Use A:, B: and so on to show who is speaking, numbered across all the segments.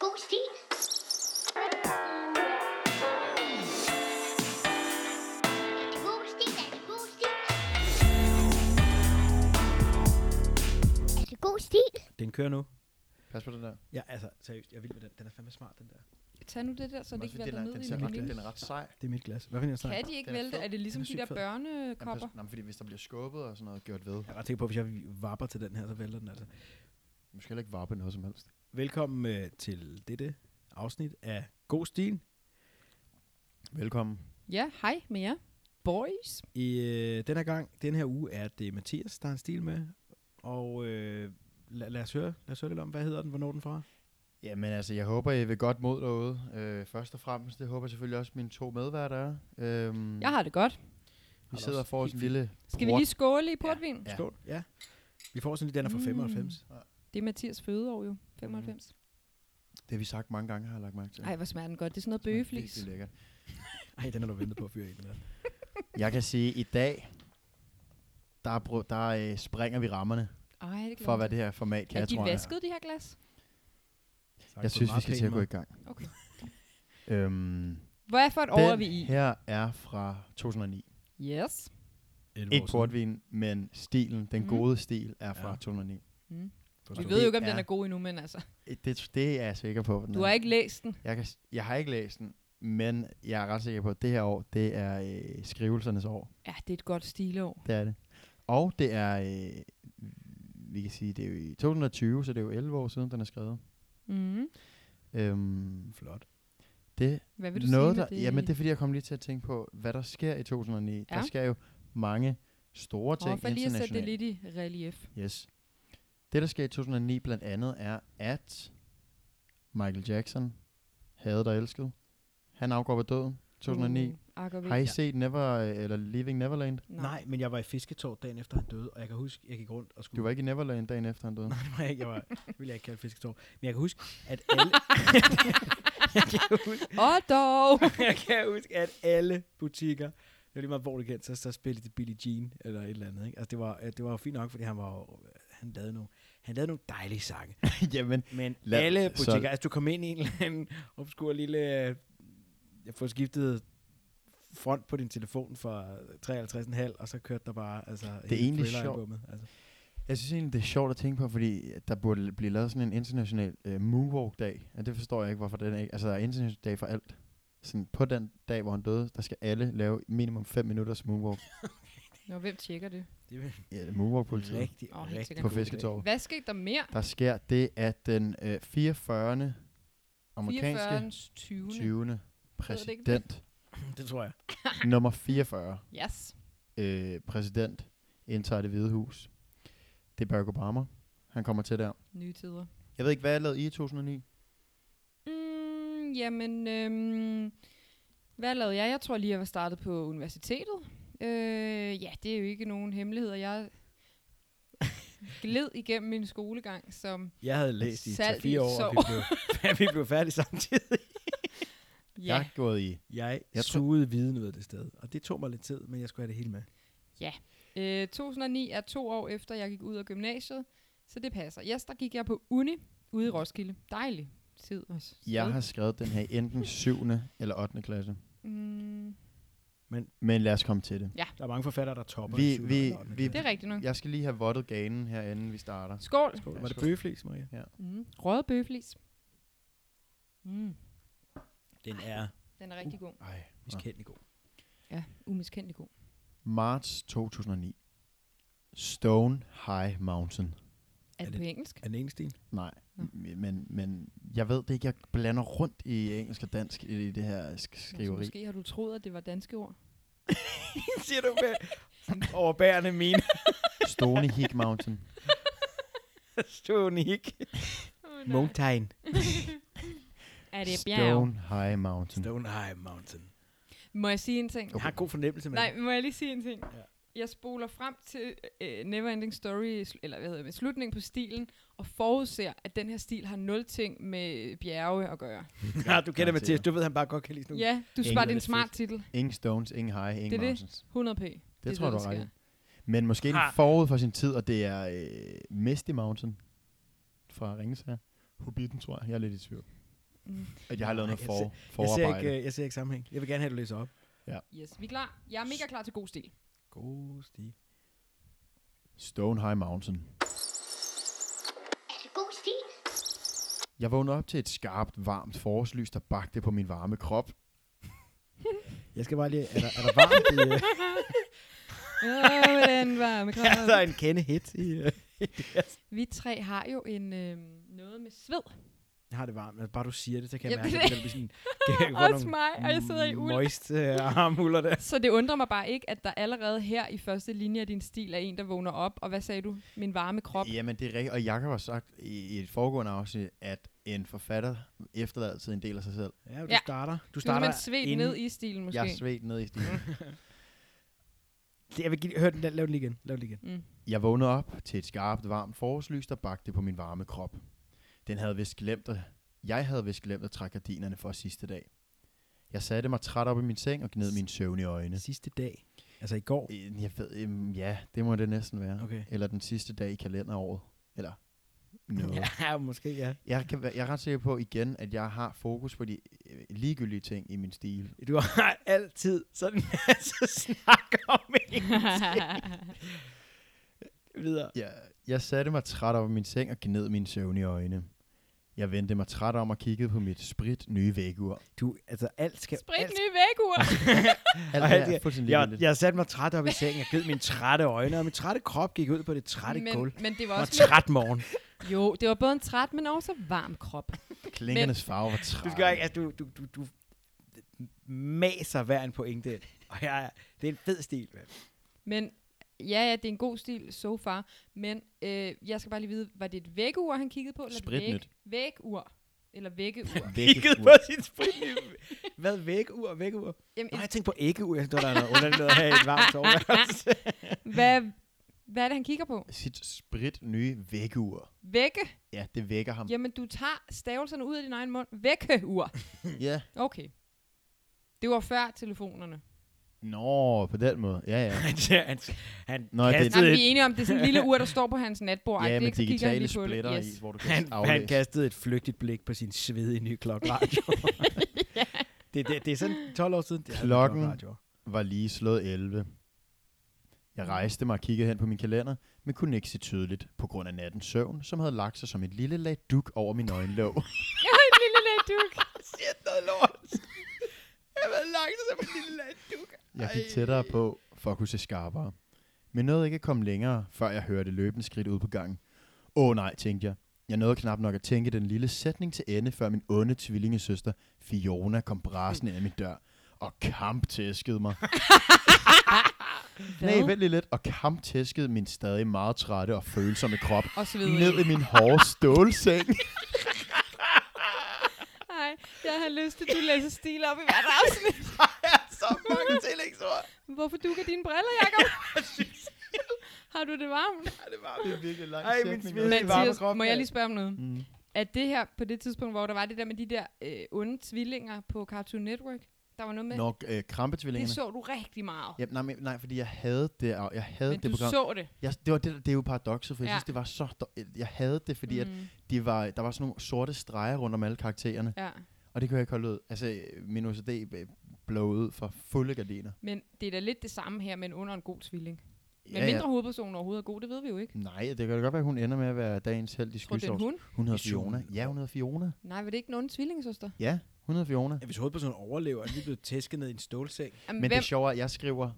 A: Boosty. God stil.
B: Den kører nu.
C: Pas på den der.
B: Ja, altså, seriøst, jeg er vild med den. Den er fandme smart, den der.
D: Tag nu det der, så
C: Men også
D: det ikke
C: fordi
D: vælter
C: den, er-
D: ned
C: den,
D: i
C: ser
D: min
C: ret,
D: lille.
C: den er ret sej.
B: Det er mit glas. Hvad for en jeg snakker?
D: Kan de ikke
C: Den er
D: vælte?
C: fed.
D: Er det ligesom
B: Den er
D: de der
B: sygt fed.
C: Jamen, pas,
D: børnekopper?
C: nej, men fordi hvis der bliver skubbet og sådan noget gjort ved,
B: Jeg er ret sikker på, at hvis jeg vapper til den her, så vælter den altså.
C: man skal heller ikke varpe noget som helst.
B: Velkommen øh, til dette afsnit af God Stil.
C: Velkommen.
D: Ja, hej med jer. Boys.
B: I øh, den her gang, den her uge, er det Mathias, der har en stil med. Og øh, lad, lad, os høre, lad os høre lidt om, hvad hedder den, hvornår er den fra?
C: Jamen altså, jeg håber, I vil godt mod derude. Øh, først og fremmest, det håber jeg selvfølgelig også mine to medværter er. Øhm,
D: Jeg har det godt.
C: Vi
B: det
C: sidder
B: også
C: for os en
B: helt
C: lille...
D: Skal vi
C: bror.
D: lige skåle i portvin?
C: Ja.
B: Skål. Ja. Vi får sådan lidt, den er fra
D: Mm.
B: 95.
D: Det er Mathias fødeår
C: Mm.
D: jo, 95.
C: Det har vi sagt mange gange, har jeg lagt mærke til.
D: Ej, hvor smager den godt. Det er sådan noget
C: Det smager
D: bøgeflis.
C: virkelig lækkert.
D: Mm.
B: Ej, den har du ventet på at fyre en med.
C: Jeg kan sige, at i dag, der, br- der øh, springer vi rammerne
D: Ej, det
C: for, hvad det her format kan,
D: Er de
C: tror jeg.
D: vasket, de her glas?
B: Tak,
C: Jeg synes, vi skal til at gå i gang.
D: Okay.
C: Øhm,
D: Hvad for et år er
C: den
D: vi i?
C: her er fra 2009.
D: Yes.
C: Ikke portvin, men stilen, den
D: Mm.
C: gode stil, er fra
B: Ja.
C: 2009.
D: Mm. Vi
C: Så
D: ved jo
C: det
D: ikke, om den
C: er-
D: er god endnu, men altså,
C: Det, det er jeg sikker på. den
D: du
C: er.
D: har ikke læst den.
C: Jeg, kan, s- jeg har ikke læst den, men jeg er ret sikker på, at det her år, det er øh, skrivelsernes år.
D: Ja, det er et godt stileår.
C: Det er det. Og det er, øh, vi kan sige, det er jo i 2020, så det er jo 11 år siden, den er skrevet.
D: Mm.
C: Øhm,
B: Flot.
C: det
D: Hvad vil du
C: noget,
D: sige med
C: der,
D: det?
C: Jamen, det er fordi, jeg kom lige til at tænke på, hvad der sker i 2009. Ja.
D: Ja.
C: Der sker jo mange store ting
D: Åh, for lige at sætte det
C: internationalt.
D: lidt i relief.
C: Yes. Det, der sker i 2009 blandt andet, er, at Michael Jackson, hadet og elsket, han afgår ved døden 2009.
D: Uh, akker vi.
C: Har I set Never, øh, eller Leaving Neverland?
B: Nej, men jeg var i fisketårt dagen efter han døde, og jeg kan huske, jeg gik rundt og skulle...
C: Du var ikke i Neverland dagen efter, han døde.
B: Nej, det var jeg ikke. Jeg var, det ville jeg ikke kalde fisketårt. Men jeg kan huske, at alle... jeg, kan huske,
D: Og dog!
B: jeg kan huske, at alle butikker... Det var lige meget, hvor det gik, så, så spillede de Billie Jean eller et eller andet. Ikke? Altså, det var, øh, det var jo fint nok, fordi han var jo- han lavede nogle, han lavede nogle dejlige sange.
C: Jamen,
B: Men
C: Lad-
B: Lad, alle
C: så-
B: butikker, altså du kom ind i en eller anden obskur lille, øh, jeg får skiftet front på din telefon fra 53,5, og så kørte der bare, altså, det
C: egentlig sjovt.
B: Altså.
C: jeg synes egentlig, det er sjovt at tænke på, fordi der burde blive lavet sådan en international øh, moonwalk-dag. Og det forstår jeg ikke, hvorfor den ikke... Altså, der er international dag for alt. Sådan på den dag, hvor han døde, der skal alle lave minimum 5 minutters moonwalk.
D: Nå, hvem tjekker det?
B: Det var
C: Ja, moonwalk-politiet.
B: rigtig,
D: Åh,
B: oh,
D: helt
B: rigtig
D: sikkert.
C: På
B: god idé.
C: Fisketorvet.
D: Hvad skete der mere?
C: Der sker det, at den øh, 44. amerikanske
D: 44. 20.
C: 20.
D: det ikke
C: præsident,
B: Det tror jeg.
C: nummer 44,
D: Yes.
C: øh, præsident, indtager det hvide hus. Det er Barack Obama. Han kommer til der.
D: Nye tider.
C: Jeg ved ikke, hvad jeg lavede I i 2009?
D: Mm, jamen, øhm, hvad lavede jeg? Jeg tror lige, jeg var startet på universitetet. Øh, ja, det er jo ikke nogen hemmeligheder. Jeg gled igennem min skolegang som...
B: Jeg havde læst i
D: Salt i
B: 3-4 år, og vi blev, vi blev færdige samtidig.
C: Jeg
D: Ja,
C: er gået i.
B: Jeg,
C: Jeg
B: jeg
C: tror-
B: sugede viden ud af det sted, og det tog mig lidt tid, men jeg skulle have det hele med.
D: øh, 2009 er to år efter, jeg gik ud af gymnasiet, så det passer. Yes, der gik jeg på uni ude i Roskilde. Dejlig tid også.
C: Jeg har skrevet den her i enten 7. eller 8. klasse.
D: Mm,
C: Men lad os komme til det.
B: Der er mange forfattere, der topper.
C: Vi-
B: i syvende
C: vi-
B: eller ottende
C: vi-
D: det
B: klasse.
D: er rigtigt nok.
C: Jeg skal lige have vottet ganen her, inden vi starter.
D: Skål!
B: Skål.
C: Ja,
B: Var det
C: skål.
B: bøgeflis, Maria?
D: Mm, røget bøflis. Mm,
B: Den er
D: den er rigtig god.
C: Ej. nå.
B: miskendelig god.
D: Ja, umiskendelig god.
C: Marts 2009. Stone High Mountain.
B: Er
D: Er, det
B: det-
D: på engelsk?
B: Er den ene stil?
C: Nej,
D: Nå.
C: m- men, men jeg ved det ikke. Jeg blander rundt i engelsk og dansk i, i det her sk-
D: Altså,
C: skriveri.
D: måske har du troet, at det var danske ord.
B: Siger du med overbærende mine
C: Stony Hick Mountain.
B: stående ikke? Mountain.
D: er det bjerg?
C: Stone High Mountain.
B: Stone High Mountain.
D: Må jeg sige en ting?
B: Jeg har en god fornemmelse med
D: Nej, må jeg lige sige en ting?
B: Ja.
D: Jeg spoler frem til uh, Neverending Story, sl- eller hvad hedder det, slutningen på stilen, og forudser, at den her stil har nul ting med bjerge at gøre.
B: det. Ja, du kender
C: Garanteret.
B: Mathias, du ved, han bare godt kan lide sådan nogle.
D: Ja, du
B: Ingen
D: sparer
B: er
D: din
B: lidt
D: smart
B: fedt.
D: titel.
C: Ingen stones, ingen high, ingen
D: Det er det.
C: mountains.
D: 100p. Det,
C: Det, tror jeg, du
D: der
C: har
D: sker.
C: ret i. Men måske den
B: Ha.
C: forud for sin tid, og det er øh, Misty Mountain fra Ringens her. Hobbiten, tror jeg. Jeg er lidt i tvivl.
D: Mm.
C: At jeg har lavet
B: Nej,
C: noget
B: jeg
C: for,
B: Jeg ser,
C: forarbejde.
B: ikke, øh, jeg ser ikke sammenhæng. Jeg vil gerne have, at du læser op.
D: Yes, vi er klar. Jeg er mega klar til god stil.
B: God stil.
C: Stone High Mountain.
A: Er det god stil?
C: Jeg vågnede op til et skarpt, varmt forårslys, der bagte på min varme krop.
B: Jeg skal bare lige... Er der, er der varmt i... øh,
D: Åh, den var med
B: er der
D: krav.
B: en kende hit i... øh,
D: Vi tre har jo en øh, noget med sved.
B: Jeg har det varmt. Altså, bare du siger det, så kan jeg
D: Jamen,
B: mærke, at
D: det-
B: jeg bliver sådan... Kan jeg få
D: Også
B: nogle
D: mig, og jeg sidder i uld.
B: Moist øh, armhuller der.
D: Så det undrer mig bare ikke, at der allerede her i første linje af din stil er en, der vågner op. Og hvad sagde du? Min varme krop.
C: Jamen, det er rigtigt. Og Jakob har sagt i i et foregående afsnit, at en forfatter efterlader altid en del af sig selv.
B: Ja, du
D: Ja.
B: starter. Du
D: Nu er
B: starter
D: man svedt
B: inden-
D: ned i stilen måske.
C: Jeg er svedt ned i stilen.
B: Det- Jeg vil give, hør den der. Lav den lige igen. Lav den lige igen.
D: Mm.
C: Jeg vågnede op til et skarpt, varmt forårslys, der bagte på min varme krop. Den havde vist glemt at... Jeg havde vist glemt at trække gardinerne for sidste dag. Jeg satte mig træt op i min seng og gned mine søvnige øjne.
B: Sidste dag. Altså i går.
C: Øh, Jeg ved, øhm, ja, det må det næsten være.
B: Okay.
C: Eller den sidste dag i kalenderåret. Eller noget. Ja.
B: Ja, måske ja.
C: Jeg, kan, være- jeg er ret sikker på igen, at jeg har fokus på de øh, ligegyldige ting i min stil.
B: Du har altid sådan en masse snak om en videre.
C: Jeg, jeg satte mig træt op i min seng og gned mine søvnige øjne. Jeg vendte mig træt om og kiggede på mit sprit nye vægur.
B: Du, altså alt skal...
D: Sprit
B: alt
D: nye vægur.
C: Alt
B: Ej,
C: er
B: det-
C: fuldstændig
B: Jeg,
C: ligegyldigt.
B: jeg satte mig træt op i sengen og givet mine trætte øjne, og min trætte krop gik ud på det trætte
D: men,
B: gulv.
D: men det var
B: Det var
D: også...
B: træt morgen.
D: Jo, det var både en træt, men også varm krop.
C: Klingernes farve var træt.
B: Du skal ikke, altså, du, du, du, du maser hver en pointe ind. Og jeg, er- det er en fed stil, mand.
D: Men ja, ja, det er en god stil so far. Men øh, jeg skal bare lige vide, var det et vækkeur, han kiggede på? Eller et
C: Spritnyt.
D: væg- Vækkeur. Eller vækkeur.
B: Kigget på sin sprit. Hvad, vækkeur, vækkeur?
D: Jamen,
B: Nå,
D: et,
B: jeg tænkte på æggeur. Jeg synes, der er noget underligt noget at have i et varmt soveværelse.
D: hvad, hvad er det, han kigger på?
C: Sit sprit nye vækkeur.
D: Vække?
C: Ja, det vækker ham.
D: Jamen, du tager stavelserne ud af din egen mund. Vækkeur.
C: Ja.
D: Okay. Det var før telefonerne.
C: Nå, på den måde. Ja, ja.
B: han, han, han
C: Nå, det-
D: Nej, men
B: kastede
D: vi
B: et,
D: er enige om, det er sådan en lille ur, der står på hans natbord. Ej,
C: ja,
D: det
C: med
D: ikke, så kigger han
C: digitale
D: lige på det.
C: splitter
D: yes.
C: i, hvor du kan
B: han, han
C: aflæse.
B: kastede et flygtigt blik på sin svedige nye klokkeradio. det, det, det er sådan 12 år siden. Det er sådan en
C: Klokken.
B: klokkeradio.
C: var lige slået 11. Jeg rejste mig og kiggede hen på min kalender, men kunne ikke se tydeligt på grund af nattens søvn, som havde lagt sig som et lille lag duk over min øjenlåg.
D: Jeg har en lille latduk.
B: Shit, noget lort. Jeg var langt som en lille landduk.
C: Jeg gik tættere på for at kunne se skarpere, men nåede ikke at komme længere, før jeg hørte løbende skridt ud på gangen. Åh nej, tænkte jeg. Jeg nåede knap nok at tænke den lille sætning til ende, før min onde tvillingesøster Fiona kom brasende af min dør og kamptæskede mig. Nej, vent lige lidt. Og kamptæskede min stadig meget trætte og følsomme krop
D: Og så videre.
C: ned i min hårde stålseng.
D: Nej, jeg har lyst til, at du læser stil op i hvert afsnit.
B: Så mange tillægsord.
D: Hvorfor dukker dine briller, Jacob? har du det varmt?
B: Ja, det var
C: Det er virkelig lang
B: Ej, min
C: sætning,
B: smed. Det er
C: også.
B: varme
D: Mathias,
B: kroppe.
D: må jeg lige spørge om noget?
C: Mm.
D: Er det her på det tidspunkt, hvor der var det der med de der øh, onde tvillinger på Cartoon Network? Der var noget med,
C: Når øh,
D: det
C: krampetvillingerne...
D: så du rigtig meget.
C: Ja, nej, men, nej, fordi jeg havde det, og jeg havde
D: men
C: det
D: du
C: program.
D: så det.
C: Jeg, det, var det, der- det er jo paradokset, for ja.
D: Ja.
C: jeg synes, det var så... do- Jeg havde det, fordi mm. at
D: Mm,
C: de var, der var sådan nogle sorte streger rundt om alle karaktererne,
D: ja.
C: og det kunne jeg ikke holde ud. Altså, øh, min OCD øh, blå ud for fulde gardiner.
D: Men det er da lidt det samme her, men under en god tvilling. Men
C: Ja, ja.
D: mindre hovedpersonen overhovedet er god, det ved vi jo ikke.
C: Nej, det kan da godt være, at hun ender med at være dagens held i
D: Tror du, det er en
C: skysovs.
D: hund?
C: Hun hedder
B: I Fiona.
C: Fiona. Ja, hun hedder Fiona.
D: Nej, var det ikke nogen tvillingesøster?
C: Ja, hun hedder Fiona.
B: Hvis hovedpersonen overlever, er de blevet tæsket ned i en stålseng.
D: Jamen,
C: Men
D: hvem?
C: det sjove er, at jeg skriver,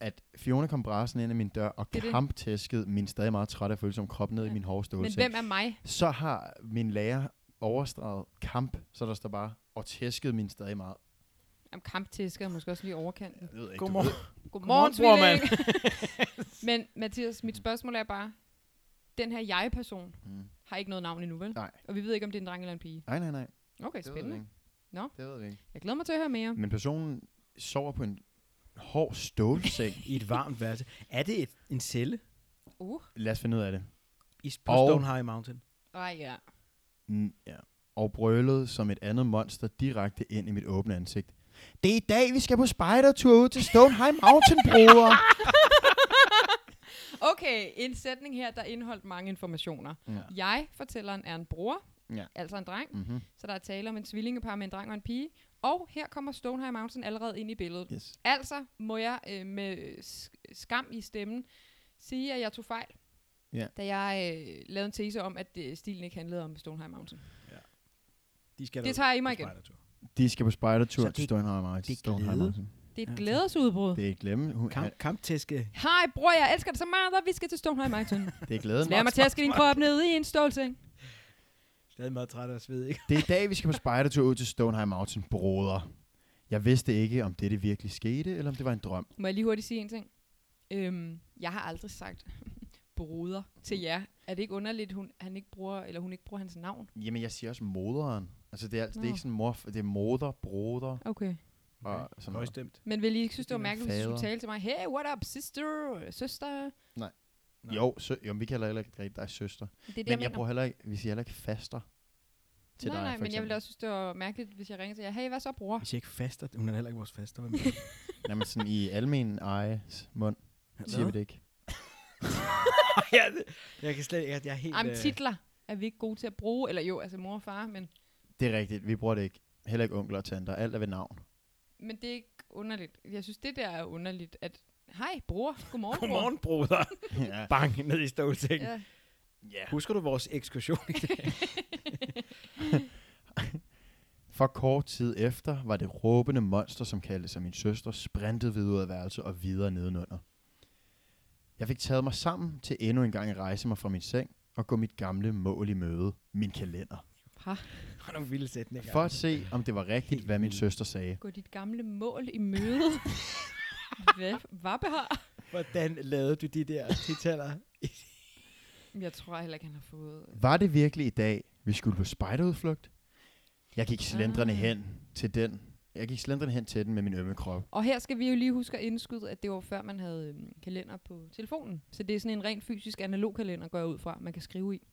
C: at Fiona kom brasende ind i min dør og
D: Det er det.
C: kamptæskede min stadig meget trætte og følsomme krop ned i
D: Ja.
C: min hårde
D: men
C: stålseng.
D: hvem er mig?
C: Så har min lærer overstreget kamp, så der står bare, og tæskede min stadig meget.
D: Jamen, kamptæsker er måske også lige overkanten.
C: Jeg ved ikke,
B: Godmorgen.
C: Du ved.
D: Godmorgen,
B: bror, mand.
D: tvilling. Men Mathias, mit spørgsmål er bare, den her jeg-person
C: Mm.
D: har ikke noget navn endnu, vel?
C: Nej.
D: Og vi ved ikke, om det er en dreng eller en pige.
C: Nej, nej, nej.
D: Okay,
C: Det ved vi
D: spændende.
C: ikke.
D: Nå.
C: Det ved vi ikke.
D: Jeg glæder mig til at høre mere.
C: Men personen sover på en hård stålseng.
B: I et varmt værelse. Er det et, en celle
D: Uh,
C: Lad os finde ud af det.
B: i, på
C: Og-
B: Stone High Mountain?
D: ej ja.
C: Mm, ja. Og brølede som et andet monster direkte ind i mit åbne ansigt. Det er i dag, vi skal på spejdertur ud til Stoneheim Mountain, bror.
D: Okay, en sætning her, der indeholdt mange informationer.
C: Ja.
D: Jeg, fortælleren, er en bror.
C: Ja.
D: altså en dreng.
C: Mm-hmm.
D: Så der er tale om en tvillingepar med en dreng og en pige. Og her kommer Stonehenge Mountain allerede ind i billedet.
C: Yes.
D: Altså må jeg øh, med øh, sk- skam i stemmen sige, at jeg tog fejl,
C: Ja.
D: da jeg øh, lavede en tese om, at øh, stilen ikke handlede om Stonehenge Mountain.
B: De skal
D: Det tager jeg i mig igen.
C: De skal på spejdertur
B: Så det-
C: til Stoneheim
B: det
C: Mountain.
B: er
C: Stoneheim
B: glæde.
C: Mountain.
B: Ja,
D: Det er et
B: tak.
D: glædesudbrud.
C: Det er ikke glemme. Hun,
B: Kamp, kamptæske.
D: Hej bror, jeg elsker dig så meget, og vi skal til Stonehenge Mountain.
C: det er glæden.
D: Lad mig tæske din krop ned i en stålseng.
B: Stadig meget træt af sved, ikke?
C: Det er i dag, vi skal på spejdertur ud til Stoneheim Mountain, broder. Jeg vidste ikke, om dette virkelig skete, eller om det var en drøm.
D: Må jeg lige hurtigt sige en ting? Øhm, jeg har aldrig sagt broder til jer. Er det ikke underligt, hun, han ikke bruger, eller hun ikke bruger hans navn?
C: Jamen, jeg siger også moderen. Altså, det er, altså, det
D: Nå.
C: er ikke sådan mor, det er moder, broder
D: Okay.
C: og sådan noget.
B: Højstemt.
D: Men vil I ikke synes, det var
C: Det er
D: mærkeligt, hvis du skulle
C: fader.
D: tale til mig? Hey, what up, sister? Søster?
B: Nej.
C: Jo, sø, jo, men vi kalder heller ikke rigtig dig søster.
D: Det er det,
C: Det, men jeg,
D: mener.
C: bruger heller ikke, vi siger heller ikke faster til
D: nej,
C: dig,
D: nej,
C: for
D: men jeg
C: eksempel.
D: ville også synes, det var mærkeligt, hvis jeg ringer til jer. Hey, hvad så, bror?
B: Vi siger ikke faster. Hun er heller ikke vores faster. Hvem
C: Jamen, sådan i almen ejes mund, siger vi det ikke.
B: ja, det, jeg kan slet ikke. Jeg, jeg er helt...
D: Jamen,
B: øh,
D: titler er vi ikke gode til at bruge. Eller jo, altså mor og far, men,
C: Det er rigtigt, vi bruger det ikke. Heller ikke onkler og tanter, alt er ved navn.
D: men det er ikke underligt. Jeg synes, det der er underligt, at hej, bror, godmorgen, bror.
B: Godmorgen, broder.
C: ja.
B: Bang, ned i stålsækken.
D: Ja.
C: Yeah.
B: Husker du vores ekskursion i dag?
C: For kort tid efter var det råbende monster, som kaldte sig min søster, sprintet videre ud af værelset og videre nedenunder. Jeg fik taget mig sammen til endnu en gang at rejse mig fra min seng og gå mit gamle mål i møde, min kalender,
D: Ha,
B: Har nogle vilde sætninger.
C: for at se, om det var rigtigt,
B: Helt
C: hvad min
B: vildt.
C: søster sagde.
D: gå dit gamle mål i møde. hvad? Hvad behar?
B: Hvordan lavede du de der titaller?
D: Jeg tror heller ikke, han har fået... øh.
C: Var det virkelig i dag, vi skulle på spejderudflugt? Jeg gik slendrende
D: Ah.
C: hen til den. Jeg gik slendrende hen til den med min ømme krop.
D: Og her skal vi jo lige huske at indskyde, at det var før, man havde øhm, kalender på telefonen. Så det er sådan en rent fysisk analog kalender, går jeg ud fra, man kan skrive i.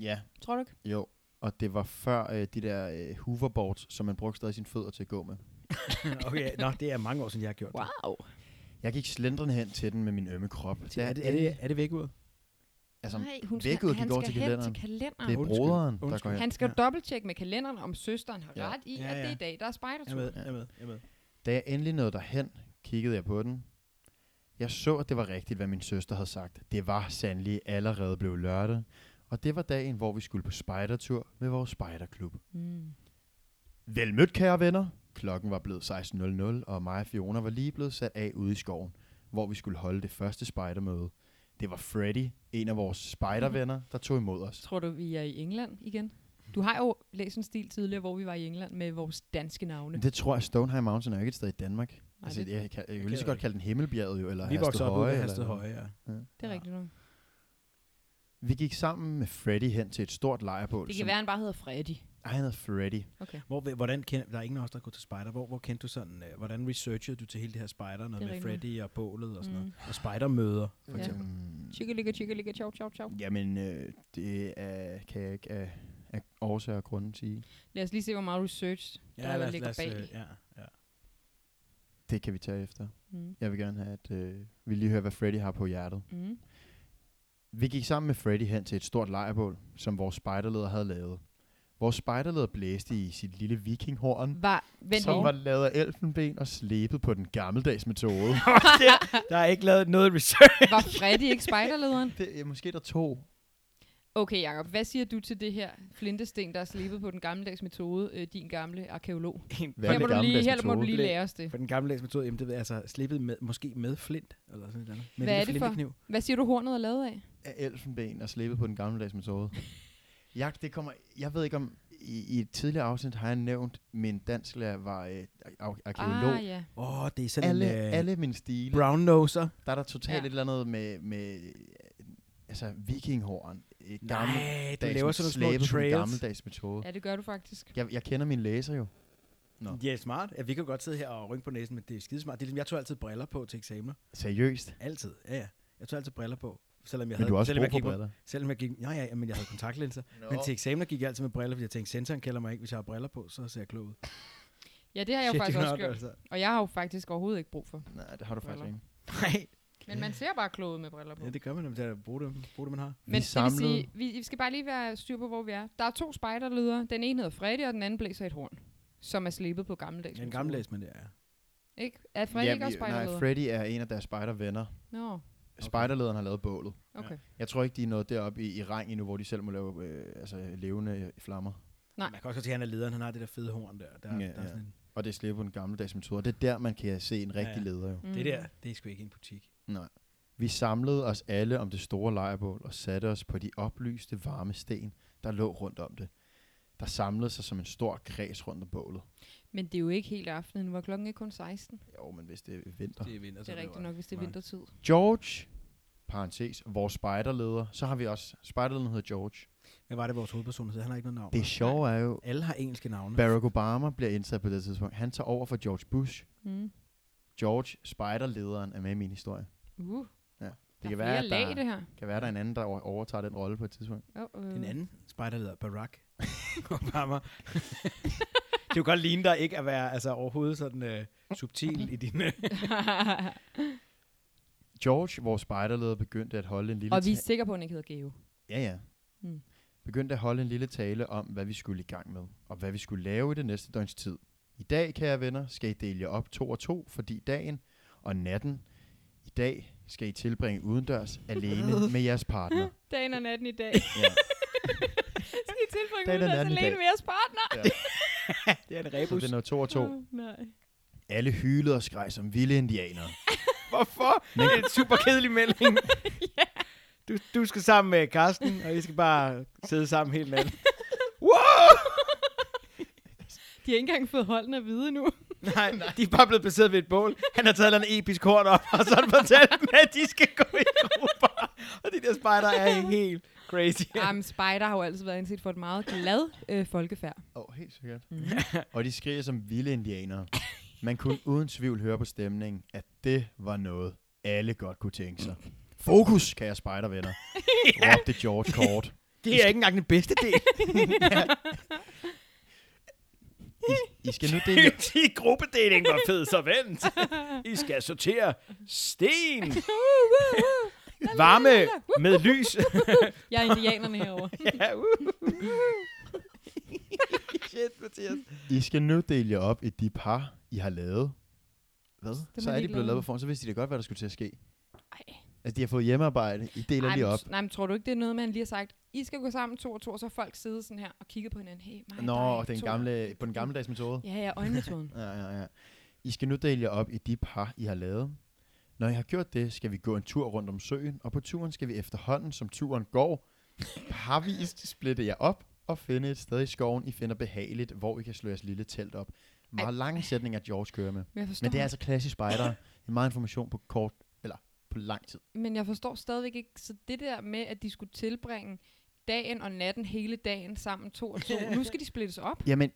C: Ja,
D: Tror du ikke?
C: jo. Og det var før øh, de der øh, hoverboards, som man brugte stadig sine fødder til at gå med.
B: okay, nå, det er mange år siden, jeg har gjort det.
D: Wow.
C: Jeg gik slendrende hen til den med min ømme krop.
B: Til- Er det, er det, er det væk ud?
C: altså,
D: Nej, hun
C: vækket, de
D: han
C: går
D: skal
C: til
D: hen
C: kalenderen.
D: til kalenderen.
C: det er
B: Undskyld,
C: broderen, der går
B: undskyld.
C: hen.
D: Han skal jo
B: Ja.
D: dobbelttjekke med kalenderen, om søsteren har
C: Ja.
D: ret i,
B: Ja,
D: at det er
B: ja.
D: i dag, der er
B: Jeg med,
D: spejdertur.
B: jeg med, jeg med.
C: Da jeg endelig nåede derhen, kiggede jeg på den. Jeg så, at det var rigtigt, hvad min søster havde sagt. Det var sandelig allerede blev lørdag, og det var dagen, hvor vi skulle på spejdertur med vores spejderklub.
D: Mm.
C: Vel mødt, kære venner. Klokken var blevet 16.00, og mig og Fiona var lige blevet sat af ude i skoven, hvor vi skulle holde det første spejdermøde. Det var Freddy, en af vores spejdervenner, der tog imod os.
D: Tror du, vi er i England igen? Du har jo læst en stil tidligere, hvor vi var i England med vores danske navne.
C: Men det tror jeg, Stonehenge Mountain er jo ikke et sted i Danmark.
D: Nej,
C: altså,
D: det,
C: jeg, kan, jeg kan lige så godt kalde den Himmelbjerget jo, eller
B: Vi voksede op ude ved
C: eller-
B: Hasted Høje, ja.
D: det er rigtigt nok.
C: Vi gik sammen med Freddy hen til et stort lejrbål.
D: Det kan være, han bare hedder Freddy.
C: Ej, han hedder Freddy.
D: Okay.
B: Hvor, hvordan kendte, der er ingen af os, der er gået til spider. Hvor, hvor kendte du sådan, øh, hvordan researchede du til hele det her spider, noget
D: Det er
B: med
D: rigtigt.
B: Freddy og bålet og sådan noget?
D: Mm.
B: Og spidermøder, for
D: Ja.
B: eksempel.
C: Mm,
D: Chikkeligge, chikkeligge, chow, chow, chow.
C: jamen, øh, det er, kan jeg ikke af, af årsager og grunde sige.
D: Lad os lige se, hvor meget research der
B: Ja, lad os, lad
D: ligger
B: os,
D: bag.
B: øh, ja, ja.
C: Det kan vi tage efter.
D: Mm.
C: Jeg vil gerne have, at øh, vi lige hører, hvad Freddy har på hjertet.
D: Mm.
C: Vi gik sammen med Freddy hen til et stort lejrbål, som vores spejderleder havde lavet. Vores spejderleder blæste i sit lille vikinghorn,
D: Var, vent
C: som
D: lige.
C: var lavet af elfenben og slebet på den gammeldags metode.
B: Der er ikke lavet noget research.
D: var Freddy ikke spejderlederen?
C: det er måske der to.
D: Okay, Jacob, hvad siger du til det her flintesten, der er slebet på den gammeldags metode, øh, din gamle arkeolog?
C: Hvad
D: her
C: med
D: må, du lige,
C: gammeldags
D: her må du
C: metode?
D: lige
B: Blæ-
D: lære os det.
B: For den gamle læs metode, jamen det ved jeg, altså slippet med, måske med flint, eller sådan et eller andet. Med en
D: Hvad er
B: lille
D: det for?
B: flintekniv.
D: Hvad siger du, hornet er lavet af?
C: Af elfenben og slebet på den gammeldags metode. Jeg, det kommer, jeg ved ikke om, i, i et tidligere afsnit har jeg nævnt, min dansklærer var øh, ar- arkeolog.
D: Ah, ja.
B: Åh, oh, det er sådan
C: Alle,
B: en... øh,
C: alle mine stile.
B: Brown noser.
C: Der er der totalt
D: Ja.
C: ja. et eller andet med, med øh, altså vikinghorn. Et gammeldags
B: Nej, du laver sådan nogle
C: slæbe
B: små
C: på en
B: trails.
C: gammeldags metode.
D: ja, det gør du faktisk.
C: Jeg, jeg kender min læser jo. Nå.
B: Ja, smart. Ja, vi kan jo godt sidde her og rynke på næsen, men det er skidesmart. Det er ligesom, jeg tog altid briller på til eksamener.
C: Seriøst.
B: Altid, ja, ja. Jeg tog altid briller på. Selvom jeg
C: Men
B: havde,
C: du har også
B: selvom
C: brug
B: jeg
C: for
B: gik,
C: briller.
B: Selvom jeg gik, nej, ja, ja, men jeg havde kontaktlinser. No. Men til eksamener gik jeg altid med briller, fordi jeg tænkte, sensoren kælder mig ikke, hvis jeg har briller på, så ser jeg klog ud.
D: Ja, det har jeg jo
B: Shit,
D: faktisk
B: you
D: også
B: know,
D: gjort.
B: altså.
D: Og jeg har jo faktisk overhovedet ikke brug for.
C: Nej, det har du faktisk
D: Briller.
C: ikke.
B: Nej,
D: Men man ser bare kloget med briller på.
B: Ja, det gør man, når man bruger dem, bruger dem, man har.
D: Men det vil
C: samlede-
D: sige, vi, vi skal bare lige være styr på, hvor vi er. Der er to spejderledere. Den ene hedder Freddy, og den anden blæser et horn, som er slebet på gammeldags.
B: Ja, en
D: metoder.
B: gammeldags, men det er.
D: Ikke? Er Freddy ikke også
C: nej,
D: spejderleder?
C: Freddy er en af deres spejdervenner.
D: Nå,
B: Okay.
C: Okay. Spejderlederen har lavet bålet.
D: okay.
C: Jeg tror ikke, de er nået deroppe i, i rang endnu, hvor de selv må lave øh, altså, levende øh, flammer.
D: Nej.
B: Man kan også se, at han er lederen. Han har det der fede horn der. der,
C: Ja,
B: der er
C: ja.
B: sådan en,
C: Og det er slet på en gammeldags metode. Og det er der, man kan se en rigtig
B: Ja, Mm. ja.
C: leder jo.
D: Mm.
B: Det der, det er sgu ikke en butik.
C: Nej. Vi samlede os alle om det store lejrbål og satte os på de oplyste varme sten, der lå rundt om det. Der samlede sig som en stor kreds rundt om bålet.
D: Men det er jo ikke helt aftenen, hvor klokken er kun 16.
C: Jo, men hvis det er vinter.
B: er vinter,
D: Det er rigtigt nok, hvis det er
B: mørkt.
D: vintertid.
C: George, parentes, vores spejderleder. Så har vi også, spejderlederen hedder George.
B: Men var det vores hovedperson, der hedder? Han har ikke noget navn.
C: Det sjove er jo,
B: Alle har engelske navne.
C: Barack Obama bliver indsat på det tidspunkt. Han tager over for George Bush.
D: Mm.
C: George, spejderlederen, er med i min historie.
D: Uh,
C: Det kan
D: der
C: være,
D: er flere
C: at
D: lag,
C: der,
D: det her.
C: kan være, der er en anden, der over- overtager den rolle på et tidspunkt.
D: Oh, øh.
B: Den anden spejderleder, Barack Obama. det kunne godt ligne dig ikke at være altså, overhovedet sådan øh, subtil i din... Øh,
C: George, vores spejderleder, begyndte at holde en lille
D: og vi
C: ta-
D: er sikre på, at den ikke hedder Geo.
C: Ja, ja.
D: Mm.
C: Mm. Begyndte at holde en lille tale om, hvad vi skulle i gang med, og hvad vi skulle lave i det næste døgns tid. I dag, kære venner, skal I dele jer op to og to, fordi dagen og natten i dag skal I tilbringe udendørs alene med jeres partner.
D: Dagen og natten i dag.
C: Ja.
D: Skal I tilbringe
C: Dagen og
D: udendørs
C: natten i
D: alene
C: dag.
D: med jeres partner?
B: det er en
C: Så
B: rebus.
C: det er noget to og to.
D: Åh, nej.
C: Alle hylede og skreg som vilde indianere.
B: Hvorfor? Men... Det er en super kedelig melding. du, du skal sammen med Karsten, og I skal bare sidde sammen hele natten.
D: De har ikke engang fået holdene at vide nu.
B: Nej, de er bare blevet placeret ved et bål. Han har taget en eller anden episk horn op, og så har han fortalt dem, at de skal gå i grupper. Og de der spejder er helt crazy.
D: Jamen, spider har jo altid været anset for et meget glad øh, folkefærd.
C: Åh, oh, helt sikkert.
D: Mm.
C: Og de skriger som vilde indianere. Man kunne uden tvivl høre på stemningen, at det var noget, alle godt kunne tænke sig. Fokus, kære spejdervenner. Råbte George kort.
B: Det er ikke engang den bedste del.
C: I skal nu dele
B: I gruppedeling var fed, så vent. I skal sortere sten, varme med lys.
D: Jeg er indianerne herovre.
B: ja, uh. Shit, Mathias.
C: I skal nu dele jer op i de par, I har lavet. Hvad?
D: er
C: Så
D: man
C: er de
D: ligeglad
C: blevet lavet
D: med.
C: på forhånd, så vidste de da godt, hvad der skulle til at ske.
D: Ej.
C: Altså, de har fået hjemmearbejde. I deler
D: Ej,
C: lige
D: men-
C: op.
D: Nej, men tror du ikke, det er noget, man lige har sagt? I skal gå sammen to og to, og så har folk sidder sådan her og kigger på hinanden. Hey, mig,
C: Nå,
D: dig,
C: den
D: to.
C: gamle, på den gammeldags metode.
D: Ja, ja, øjenmetoden.
C: Ja, ja, ja. I skal nu dele jer op i de par, I har lavet. Når I har gjort det, skal vi gå en tur rundt om søen, og på turen skal vi efterhånden, som turen går, parvist splitte jer op og finde et sted i skoven, I finder behageligt, hvor I kan slå jeres lille telt op. Meget lange sætninger, George kører med.
D: Men jeg forstår,
C: Men det er altså klassisk spejder. Det er meget information på kort, eller på lang tid.
D: men jeg forstår stadigvæk ikke, så det der med, at de skulle tilbringe dagen og natten hele dagen sammen to og to, nu skal de splittes op.
C: Jamen,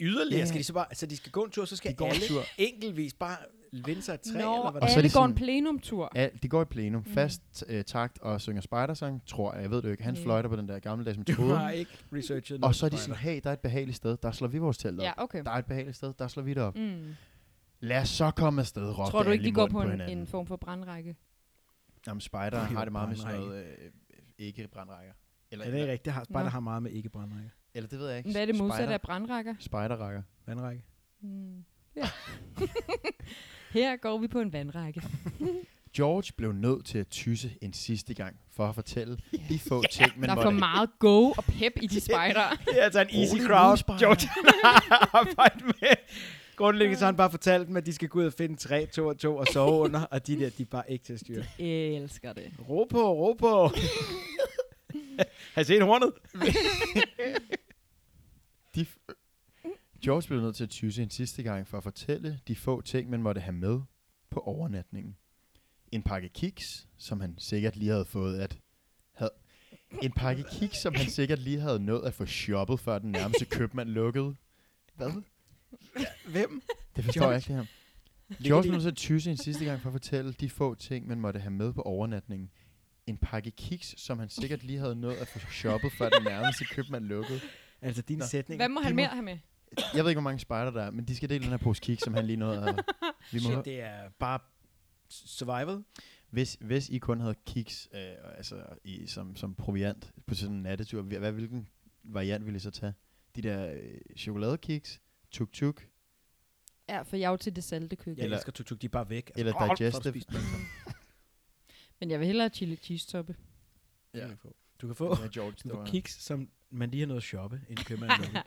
B: Yderligere
C: Ja.
B: skal de så bare, så de skal gå en tur, så skal
C: de går en
B: alle
C: tur.
B: enkeltvis bare vende sig et træ,
D: Nå,
B: eller hvad
C: Og
B: der
C: så er
D: alle
C: det
D: går en
C: sådan-
D: plenumtur.
C: Ja, de går i plenum,
D: Mm.
C: fast øh, takt og synger spejdersang, tror jeg. Jeg ved det jo ikke. Han
D: Ja.
C: fløjter på den der gammeldags
B: Du
C: metode.
B: har ikke researchet
C: Og
B: noget
C: så er de sådan,
B: spejder.
C: hey, der er et behageligt sted, der slår vi vores telt op.
D: Ja, okay.
C: Der er et behageligt sted, der slår vi det op.
D: Mm.
C: Lad os så komme afsted, råbte
D: Tror du ikke,
C: alle i
D: de går
C: munden
D: på en,
C: hinanden.
D: en form for brandrække?
C: Jamen, spejdere
B: Jo,
C: har det meget med sådan noget øh, ikke brandrækker. Eller,
B: Ja, det er rigtigt. Det har, spejder
D: Nå.
B: har meget med ikke brandrækker.
C: eller det ved jeg ikke.
D: Hvad er det modsatte af brandrækker?
C: Spejderrækker.
B: Vandrække.
D: Mm. Ja. Her går vi på en vandrække.
C: George blev nødt til at tysse en sidste gang, for at fortælle de få ting, man
D: Men der er
C: måtte...
D: for meget go og pep i de spejder.
B: Det er altså en easy
C: Rolig nu,
B: crowd,
C: spejder.
B: George har arbejdet med. Grundlæggende så har han bare fortalt dem, at de skal gå ud og finde tre, to og to og sove under, og de der, de er bare ikke til at styre.
D: Jeg elsker det.
B: Ro på, ro på. har I set hornet?
C: De f- George blev nødt til at tyse en sidste gang for at fortælle de få ting, man måtte have med på overnatningen. En pakke kiks, som han sikkert lige havde fået at... Havde, en pakke kiks, som han sikkert lige havde nået at få shoppet, før den nærmeste købmand lukkede. Hvad?
B: Hvem?
C: Det forstår
B: George.
C: jeg ikke, det her. George blev nødt til at tyse en sidste gang for at fortælle de få ting, man måtte have med på overnatningen. En pakke kiks, som han sikkert lige havde nået at få shoppet, før den nærmeste købmand lukkede.
B: Altså, dine
C: Nå.
B: sætninger.
D: Hvad må han
C: de må-
D: mere have med?
C: Jeg ved ikke, hvor mange spejder der er, men de skal dele den her pose kiks, som han lige nåede at... Vi må
B: Shit, det er bare survival.
C: Hvis, hvis I kun havde kiks øh, altså i, som, som proviant på sådan en nattetur, hvi- hvad, hvilken variant ville I så tage? De der øh, chokoladekiks, tuk-tuk,
D: Ja, for jeg er jo til det salte køkken.
B: Jeg
C: Eller-
B: eller, elsker tuk-tuk, de er bare væk. Altså,
C: eller
B: åh, så har du
C: digestive.
B: spist dem.
D: Men jeg vil hellere have chili cheese toppe.
B: Det kan
C: Ja.
B: du få. Du kan få,
C: ja, George,
B: du
C: det
B: kan få
C: var
B: kiks, som man lige har noget at shoppe, inden købmanden lukker.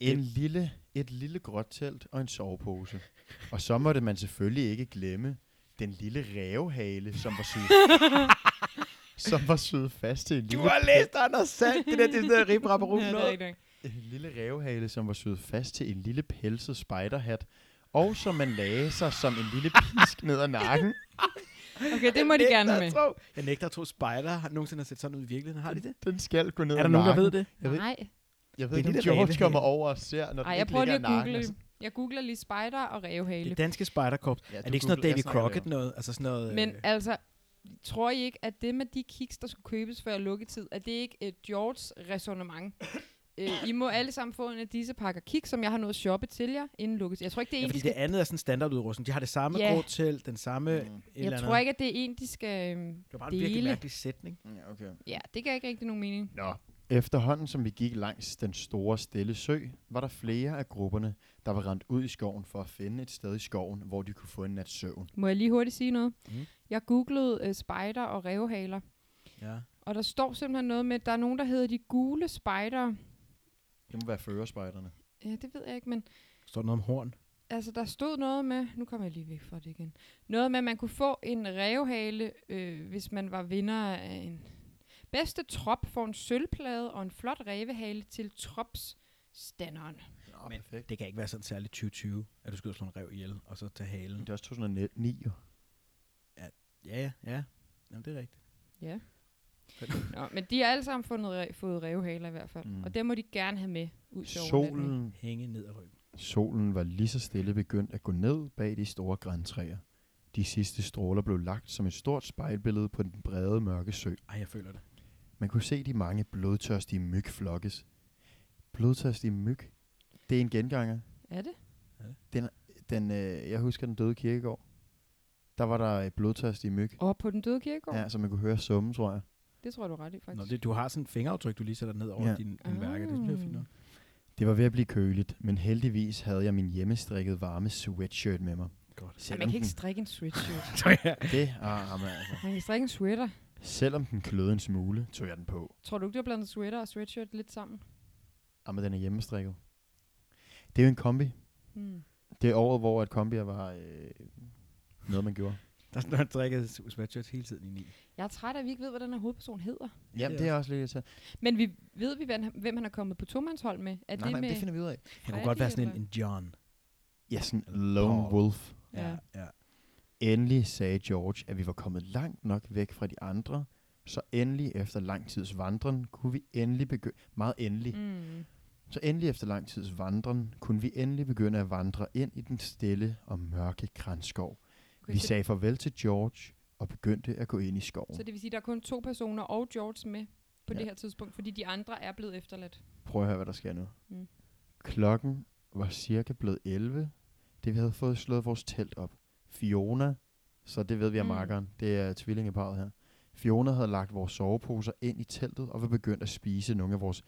C: en lille, et lille gråt telt og en sovepose. Og så måtte man selvfølgelig ikke glemme den lille rævehale, som var syet, som var syet fast til en lille
B: læst Anders Sand, det der, det der ribrabarun.
D: nok.
C: En lille rævehale, som var syet fast til en lille pelset spejderhat, og som man lagde sig som en lille pisk ned ad nakken.
D: Okay, det må de gerne have med.
B: Jeg nægter at tro, spejder har nogensinde har set sådan ud i virkeligheden. Har de det?
C: Den skal gå ned
B: Er
C: ad
B: der nogen, der
C: nakken.
B: ved det?
C: Jeg ved,
D: Nej.
C: jeg
B: Det
C: ved
B: er
C: ikke, om
B: lille
C: George
B: rævehale.
C: kommer over og ser, når
D: Nej,
C: den
D: jeg
C: ikke
D: prøver
C: ligger
D: lige
C: ad
D: at
C: nakken.
D: google. Jeg googler lige spider og rævehale.
B: Det danske spejderkorps.
C: Ja,
B: er
C: du
B: det ikke sådan
C: googler,
B: noget
C: jeg
B: Davy
C: snakker
B: Crockett
C: lidt
B: noget? Altså sådan noget...
D: Men
B: øh,
D: altså, tror I ikke, at det med de kiks, der skulle købes før lukketid, at det ikke er Georges resonemang? øh, I må alle sammen få en af disse pakker kiks, som jeg har nået at shoppe til jer inden lukketid. Jeg tror ikke, det er
B: ja,
D: en,
B: fordi
D: de
B: det
D: skal...
B: andet er sådan standardudrustning. De har det samme
D: Ja.
B: yeah. grå telt, den samme... Mm.
C: Mm.
B: eller
D: Jeg
B: andet.
D: tror ikke, at det er en, de skal øhm,
B: Det var bare en virkelig
D: dele.
B: mærkelig sætning.
C: Ja, okay.
D: Ja, det gav ikke rigtig nogen mening.
C: Nå. Efterhånden som vi gik langs den store stille sø, var der flere af grupperne, der var rendt ud i skoven for at finde et sted i skoven, hvor de kunne få en nat søvn.
D: Må jeg lige hurtigt sige noget?
B: Mhm.
D: Jeg googlede øh, spider og revhaler,
B: Ja.
D: og der står simpelthen noget med, at der er nogen, der hedder de gule spider.
C: Det må være førerspejderne.
D: Ja, det ved jeg ikke, men
B: Står der noget om horn?
D: altså, der stod noget med, nu kommer jeg lige væk fra det igen, noget med, at man kunne få en revhale, øh, hvis man var vinder af en bedste trop, får en sølvplade og en flot revehale til tropsstanderen.
C: Nå,
B: Men-
C: perfekt.
B: Det kan ikke være sådan særligt 2020, at du skal ud og slå en rev ihjel, og så tage halen.
C: Det er også 2009, jo.
B: Ja, ja, ja. Jamen, det er rigtigt.
D: Ja. Nå, men de har alle sammen fundet re- fået revhaler i hvert fald,
C: Mm.
D: mm. og det må de gerne have med ud til overnatning.
C: Solen
B: Hænge ned ad ryggen.
C: Solen var lige så stille begyndt at gå ned bag de store græntræer. De sidste stråler blev lagt som et stort spejlbillede på den brede mørke sø.
B: Ej, jeg føler det.
C: Man kunne se de mange blodtørstige myg flokkes. Blodtørstige myg? Det er en genganger.
D: Er det?
C: Den, øh, jeg husker den døde kirkegård. Der var der øh, blodtørstige myg.
D: Og på den døde kirkegård?
C: Ja, som man kunne høre summe, tror jeg.
D: Det tror jeg, du er ret i,
B: Nå,
D: faktisk.
B: det, du har sådan en fingeraftryk, du lige sætter ned over
C: Ja.
B: ja. din, din mærke. Det bliver fint nok.
C: Det var ved at blive køligt, men heldigvis havde jeg min hjemmestrikket varme sweatshirt med mig.
B: Godt.
D: Ja,
C: Selvom
D: man kan ikke
C: den-
D: strikke en sweatshirt.
B: Så ja.
C: det, ah, man, altså.
D: Man kan strikke en sweater.
C: Selvom den kløede en smule, tog jeg den på.
D: Tror du ikke, du har blandet sweater og sweatshirt lidt sammen?
C: Ah, men den er hjemmestrikket. Det er jo en kombi.
D: Hmm.
C: Det er året, hvor at kombier var øh, noget, man gjorde.
B: Der er sådan, at han drikker sweatshirts hele tiden i.
D: Jeg er træt af, at vi ikke ved, hvad den her hovedperson hedder.
C: Jamen, det er også lidt irriterende.
D: Men vi ved vi, hvem han- hvem han er kommet på tomandshold med?
C: Nej,
D: Er det
C: nej,
D: med...
C: det finder vi ud af.
B: Han kunne
D: Ej,
B: godt
D: det
B: være sådan en,
D: hjælper.
B: en John.
C: Ja, sådan lone
B: Paul.
C: wolf.
D: Ja.
B: ja.
C: Endelig sagde George, at vi var kommet langt nok væk fra de andre, så endelig efter lang tids vandren kunne vi endelig begynde... Meget endelig. Mm.
D: mm.
C: Så endelig efter lang tids vandren kunne vi endelig begynde at vandre ind i den stille og mørke kranskov.
D: okay,
C: Vi
D: så,
C: sagde farvel til George og begyndte at gå ind i skoven.
D: så det vil sige, at der er kun to personer og George med på
C: Ja.
D: ja. det her tidspunkt, fordi de andre er blevet efterladt.
C: Prøv at høre, hvad der sker nu. Mm.
D: Mm.
C: Klokken var cirka blevet 11, det vi havde fået slået vores telt op. Fiona, så det ved vi af mm.
D: Mm.
C: markeren, det er tvillingeparret her. Fiona havde lagt vores soveposer ind i teltet og var begyndt at spise nogle af vores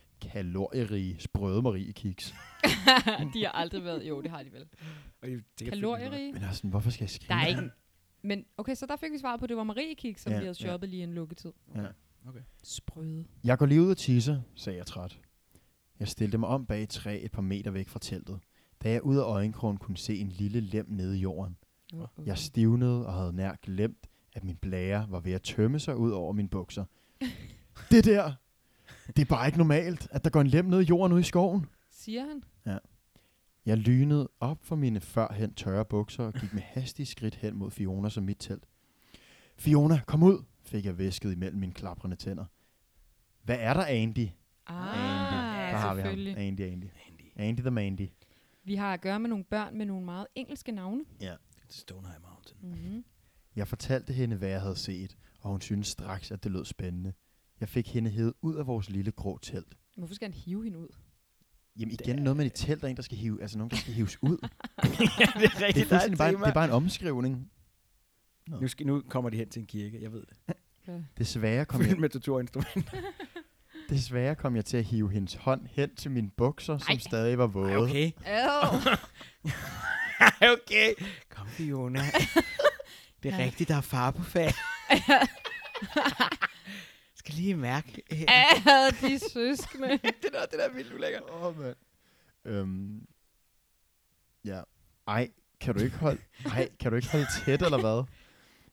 C: kalorierige sprødemarie kiks.
D: de har aldrig været... Jo, det har de vel.
B: Og det- det kan fylde
D: Kalorierige.
C: Men altså, hvorfor skal jeg
D: Der
C: skrive?
D: er ikke... Men okay, så der fik vi svaret på, at det var Marie Kik, som
C: Ja,
D: ja, vi havde
C: ja.
D: shoppet lige en lukketid.
B: meget.
C: Ja.
B: Okay. okay.
D: Sprøde.
C: Jeg går lige ud og tisser, sagde jeg træt. Jeg stillede mig om bag et træ et par meter væk fra teltet, da jeg ud af øjenkrogen kunne se en lille lem nede i jorden.
D: Uh-uh.
C: Jeg stivnede og havde nær glemt, at min blære var ved at tømme sig ud over mine bukser. det der, det er bare ikke normalt, at der går en lem ned i jorden ude i skoven.
D: Siger han?
C: Jeg lynede op for mine førhen tørre bukser og gik med hastige skridt hen mod Fiona som mit telt. Fiona, kom ud, fik jeg væsket imellem mine klaprende tænder. Hvad er der, Andy?
D: Ah,
C: der
D: ja,
C: har vi ham.
D: selvfølgelig.
C: Andy, Andy.
B: Andy.
C: Andy the Mandy.
D: Vi har at gøre med nogle børn med nogle meget engelske navne.
B: Stonehenge Mountain.
C: Mhm.
D: Mm-hmm.
C: Jeg fortalte hende, hvad jeg havde set, og hun syntes straks, at det lød spændende. Jeg fik hende hed ud af vores lille grå telt.
D: Hvorfor skal han hive hende ud?
C: Jamen igen, noget med et telt, der er en, der skal hive, altså nogen, der skal hives ud.
B: ja, det er
C: det, er fuldstændig bare, det er bare en omskrivning. Nå.
B: Nu, skal, nu kommer de hen til en kirke, jeg ved det.
C: Desværre kom,
B: Fyldt
C: jeg,
B: med torturinstrumenter.
C: desværre kom jeg til at hive hendes hånd hen til mine bukser, som
D: Ej.
C: stadig var våde.
B: Ej, okay.
D: Ad.
B: Ej, okay. Kom, Fiona. Det er
D: Ja.
B: rigtigt, der er far på fag. skal lige mærke. øh,
D: Ad, de søskende.
B: det der, det der er vildt ulækkert.
C: Åh, oh, mand. Øhm, ja. Ej, kan du ikke holde, ej, kan du ikke holde tæt, eller hvad?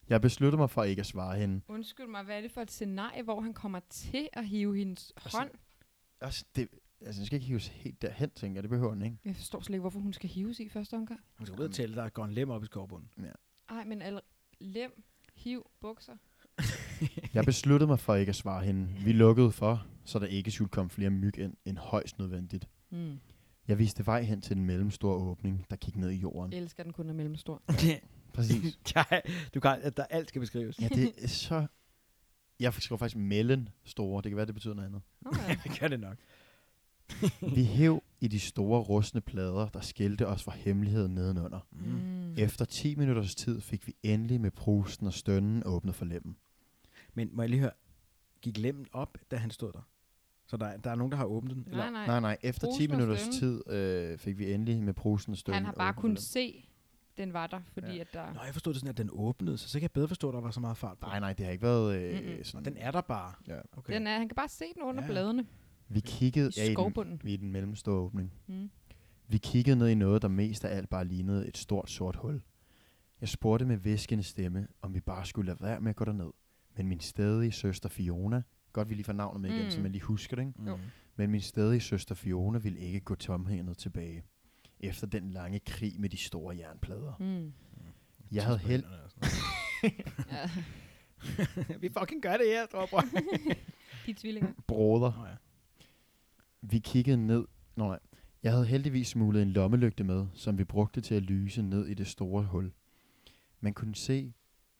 C: Jeg besluttede mig for ikke at svare hende.
D: Undskyld mig, hvad er det for et scenarie, hvor han kommer til at hive hendes
C: Altså-
D: hånd?
C: Også det, altså, den skal ikke hives helt derhen, tænker jeg. Det behøver den ikke.
D: Jeg forstår slet ikke, hvorfor hun skal hives i første omgang.
B: Hun skal ud og tælle, der går en lem op i skovbunden.
D: Ej, men al- lem, hiv, bukser.
C: Jeg besluttede mig for ikke at svare hende. Vi lukkede for, så der ikke skulle komme flere myg ind, end højst nødvendigt.
D: Mm.
C: Jeg viste vej hen til den mellemstore åbning, der gik ned i jorden.
D: Jeg elsker at den kun er mellemstor.
C: Præcis.
B: Ja, du kan, at der alt skal beskrives.
C: Ja, det er så... Jeg skriver faktisk mellem store. Det kan være, det betyder noget andet.
D: Nå, ja.
B: Det gør det nok.
C: Vi hæv i de store rustne plader, der skilte os fra hemmeligheden nedenunder.
D: Mm.
C: Efter 10 minutters tid fik vi endelig med prusten og stønnen åbnet for lemmen.
B: Men må jeg lige høre, gik lemmen op, da han stod der? Så der, er- der er nogen, der har åbnet den?
D: Nej, nej.
C: Nej, nej, efter 10
D: Prusten og
C: minutters tid øh, fik vi endelig med prusten og stønnen
D: Han har bare
C: åbnet for
D: kunnet
C: lemmen.
D: se, den var der, fordi
B: Ja.
D: ja. at der...
B: Nå, jeg forstod det sådan, at den åbnede, så så kan jeg bedre forstå, at der var så meget fart på.
C: Nej, nej, det har ikke været øh,
D: Mm-mm.
C: sådan...
B: Den er der bare.
C: Ja.
B: Okay.
D: Den er, han kan bare se den under
B: Ja.
D: ja. bladene
C: Vi kiggede ja,
D: i
C: i, den,
D: skovbunden.
C: i den mellemstore åbning.
D: Mm.
C: Vi kiggede ned i noget, der mest af alt bare lignede et stort sort hul. Jeg spurgte med viskende stemme, om vi bare skulle lade være med at gå derned. Men min stadige søster Fiona, godt vi lige får navnet med igen, mm. så
D: Mm.
C: man lige husker det, ikke?
B: Mm.
D: Jo.
C: Men min stadige søster Fiona ville ikke gå tomhændet tilbage. Efter den lange krig med de store jernplader.
D: Mm.
C: Jeg havde held,
B: Tidsbønderne og sådan noget.
D: Ja.
B: Vi fucking gør det her, storebror.
D: De tvillinger.
C: broder,
B: Nå, ja.
C: Vi kiggede ned. Nå, nej. Jeg havde heldigvis smuglet en lommelygte med, som vi brugte til at lyse ned i det store hul. Man kunne se,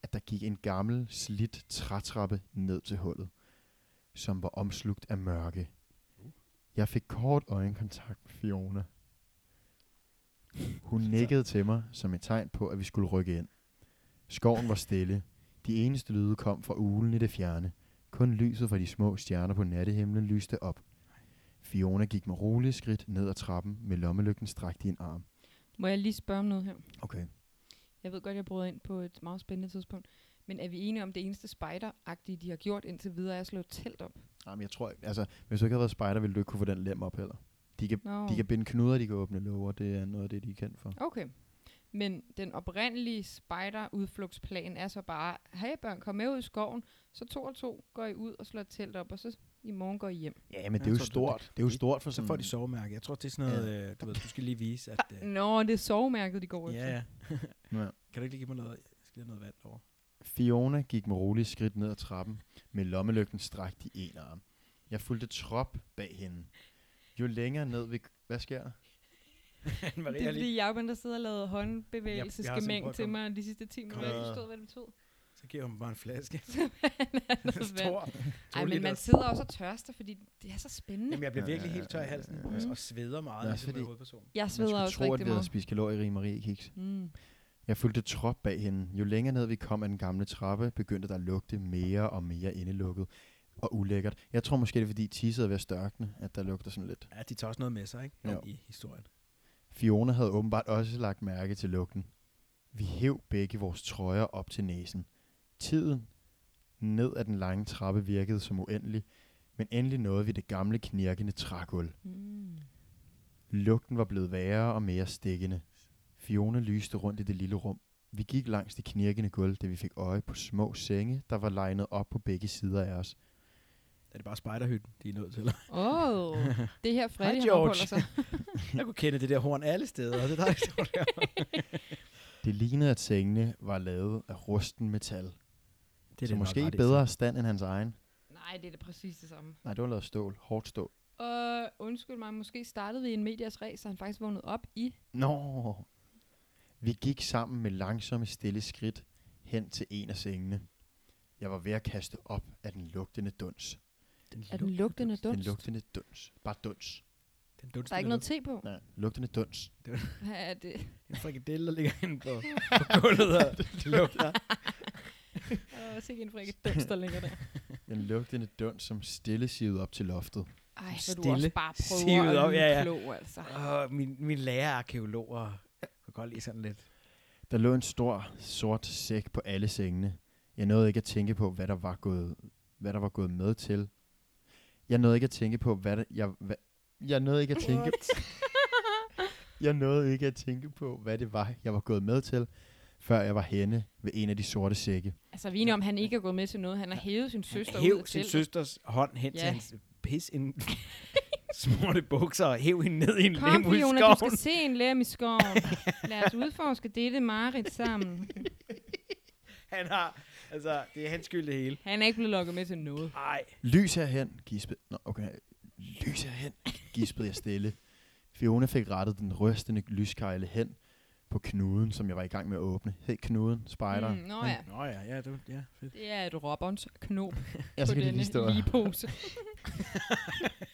C: at der gik en gammel, slidt trætrappe ned til hullet, som var omslugt af mørke. Jeg fik kort øjenkontakt med Fiona. Hun nikkede til mig som et tegn på, at vi skulle rykke ind. Skoven var stille. De eneste lyde kom fra ulen i det fjerne. Kun lyset fra de små stjerner på nattehimlen lyste op. Fiona gik med rolige skridt ned ad trappen med lommelygten strakt i en arm.
D: Må jeg lige spørge om noget her?
C: Okay.
D: Jeg ved godt, jeg bryder ind på et meget spændende tidspunkt. Men er vi enige om det eneste spider-agtige, de har gjort indtil videre, er at slå et telt op?
C: Jamen, jeg tror ikke, altså, hvis du ikke havde været spejder, ville du ikke kunne få den lem op heller. De kan,
D: No.
C: de kan binde knuder, de kan åbne låger, det er noget af det, de er kendt for.
D: Okay. Men den oprindelige spider-udflugtsplan er så bare, hey børn, kom med ud i skoven, så to og to går I ud og slår et telt op, og så i morgen går I hjem.
C: Ja, men
B: det er jo stort.
C: Det Mm. er jo stort for
B: Så får de sovemærke. Jeg tror, det er sådan noget, øh, du ved, du skal lige vise, at... Øh,
D: Nå, det er sovemærket, de går efter.
B: ja, ja.
C: Ja.
B: Kan du ikke lige give mig noget? Jeg skal lige have noget vand over.
C: Fiona gik med rolige skridt ned ad trappen, med lommelygten strakt i en arm. Jeg fulgte trop bag hende. Jo længere ned vi... Hvad sker der?
B: Maria
D: Det er
B: er lige...
D: fordi Jacob, der sidder og lavede
B: Jeg- jeg har simpelthen prøvet
D: håndbevægelsesgemæng
B: at
D: til
B: komme-
D: mig de sidste 10 minutter.
B: Kom.
D: Jeg har ikke forstået, hvad det betød.
B: Så giver hun bare en flaske.
D: Stor.
B: Stor.
D: Ej, men man
B: liters.
D: sidder også og tørster, fordi det er så spændende.
B: Jamen, jeg bliver virkelig helt tør i halsen
D: Mhm.
B: og sveder meget,
C: Nå,
B: ligesom
C: fordi-
B: med hovedpersonen.
D: Jeg
C: Man
D: sveder
C: skulle
D: også
C: tro, at
D: rigtig
C: vi havde
D: meget.
C: spist kalorier i Mariekiks.
D: Mm.
C: Jeg fulgte trop bag hende. Jo længere ned vi kom af den gamle trappe, begyndte der at lugte mere og mere indelukket og ulækkert. Jeg tror måske, det er fordi tisset er ved at størkne, at der lugter sådan lidt.
B: Ja, de tager også noget med sig, ikke?
C: Jo.
B: Ind I historien.
C: Fiona havde åbenbart også lagt mærke til lugten. Vi hæv begge vores trøjer op til næsen. Tiden ned ad den lange trappe virkede som uendelig, men endelig nåede vi det gamle knirkende trægulv.
D: Mm.
C: Lugten var blevet værre og mere stikkende. Fiona lyste rundt i det lille rum. Vi gik langs det knirkende gulv, da vi fik øje på små senge, der var legnet op på begge sider af os.
B: Er det bare spejderhytten, de er nødt til?
D: Oh, det er her Freddy, han
B: George.
D: opholder sig.
B: Jeg kunne kende det der horn alle steder, og det er der, der står der.
C: Det lignede, at sengene var lavet af rusten metal. Det
B: Det
C: så måske i bedre stand end hans egen.
D: Nej, det er det præcis det samme.
C: Nej, det var lavet af stål. Hårdt stål.
D: Og undskyld mig, måske startede vi en medias ræs, så han faktisk vågnede op i.
C: Nå. Vi gik sammen med langsomme, stille skridt hen til en af sengene. Jeg var ved at kaste op af den lugtende duns.
B: Den,
D: Er den lugtende
C: Den
D: dunst?
C: lugtende duns. Bare duns.
B: Den dunst,
D: Der er ikke noget te på.
C: Nej, lugtende duns.
D: Hvad er det?
B: En frikadelle, der ligger inde på, på gulvet, og det lugter
D: Og der var sikkert en frække dunster længere der.
C: Den lugtende dund, som stille sivede op til loftet.
D: Ej, hvor
B: Stille
D: du også bare prøver
B: sivet
D: at
B: op,
D: lyde
B: ja, ja.
D: klog, altså.
B: Åh, min, min lærer er arkeologer. Jeg kan godt lide sådan lidt.
C: Der lå en stor, sort sæk på alle sengene. Jeg nåede ikke at tænke på, hvad der var gået, hvad der var gået med til. Jeg nåede ikke at tænke på, hvad der, jeg, hvad, jeg nåede ikke at tænke, jeg nåede ikke at tænke på, hvad det var, jeg var gået med til, før jeg var henne ved en af de sorte sække.
D: altså, vi er enige om, han ikke er gået med til noget. Han har hævet sin
B: Han
D: søster ud
B: hæv
D: af
B: sin
D: teltet.
B: søsters hånd hen ja. til
D: Ja.
B: hans pis en smorte bukser og hæv hende ned i en
D: Kom,
B: lem i
D: Fiona, du
B: skoven.
D: skal se en lem i skoven. Lad os udforske dette mareridt sammen.
B: Han har, altså, det er hans skyld det hele.
D: Han er ikke blevet lukket med til noget.
B: Ej,
C: Lys herhen, gispede... Nå, okay. Lys herhen, gispede jeg stille. Fiona fik rettet den rystende lyskejle hen på knuden, som jeg var i gang med at åbne. Hed knuden, spejder.
D: Mm, nå ja,
B: nå ja, ja, det, ja fedt.
D: det er et robberens knop
C: jeg
D: på
C: skal lige
D: denne
C: lige
D: lige pose.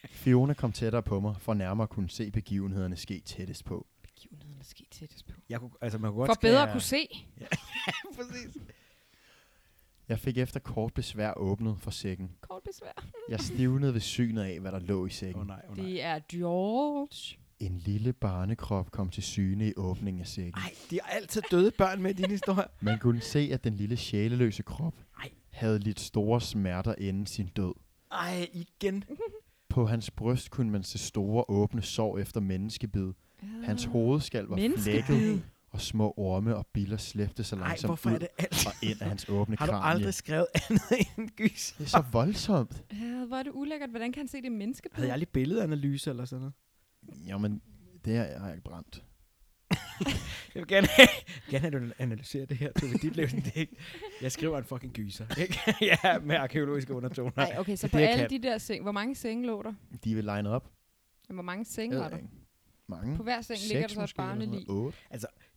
C: Fiona kom tættere på mig, for nærmere at kunne se begivenhederne ske tættest på.
D: Begivenheden er sket tættest på.
B: Jeg kunne, altså, man kunne godt
D: For bedre at
B: skære-
D: kunne se.
B: Præcis.
C: Jeg fik efter kort besvær åbnet for sækken.
D: Kort besvær.
C: Jeg stivnede ved synet af, hvad der lå i
B: Åh
C: sækken.
B: oh, nej, åh oh, nej.
D: Det er George.
C: En lille barnekrop kom til syne i åbningen af sækken.
B: Ej, de har altid døde børn med i dine historier.
C: Man kunne se, at den lille sjæleløse krop
B: Ej.
C: havde lidt store smerter inden sin død.
B: Ej, igen.
C: På hans bryst kunne man se store åbne sår efter menneskebid. Hans
B: Ah,
C: hovedskal var flækket,
D: Menneskebid.
C: og små orme og biller slæbte sig
B: Ej,
C: langsomt
B: hvorfor
C: ud
B: er det altid?
C: og ind af hans åbne
B: Har du
C: kranie.
B: aldrig skrevet andet end gys?
C: Det er så voldsomt.
D: Ja, hvor er det ulækkert. Hvordan kan han se det menneskebid?
B: Havde jeg aldrig billedanalyse eller sådan noget?
C: Jamen, det her har jeg ikke brændt.
B: Jeg vil gerne have, gerne have, at du analyserer det her til dit liv. Det er ikke- Jeg skriver en fucking gyser, ikke? ja, med arkeologiske undertoner.
D: Nej, okay, så
B: det
D: på
B: er det, jeg
D: alle
B: kan.
D: de der seng, hvor mange senge lå der?
C: De vil line op.
D: Hvor mange senge
C: Jeg
D: var
C: ved
D: der?
C: ikke. Mange.
D: På hver seng ligger der så et barnelig.
C: Otte.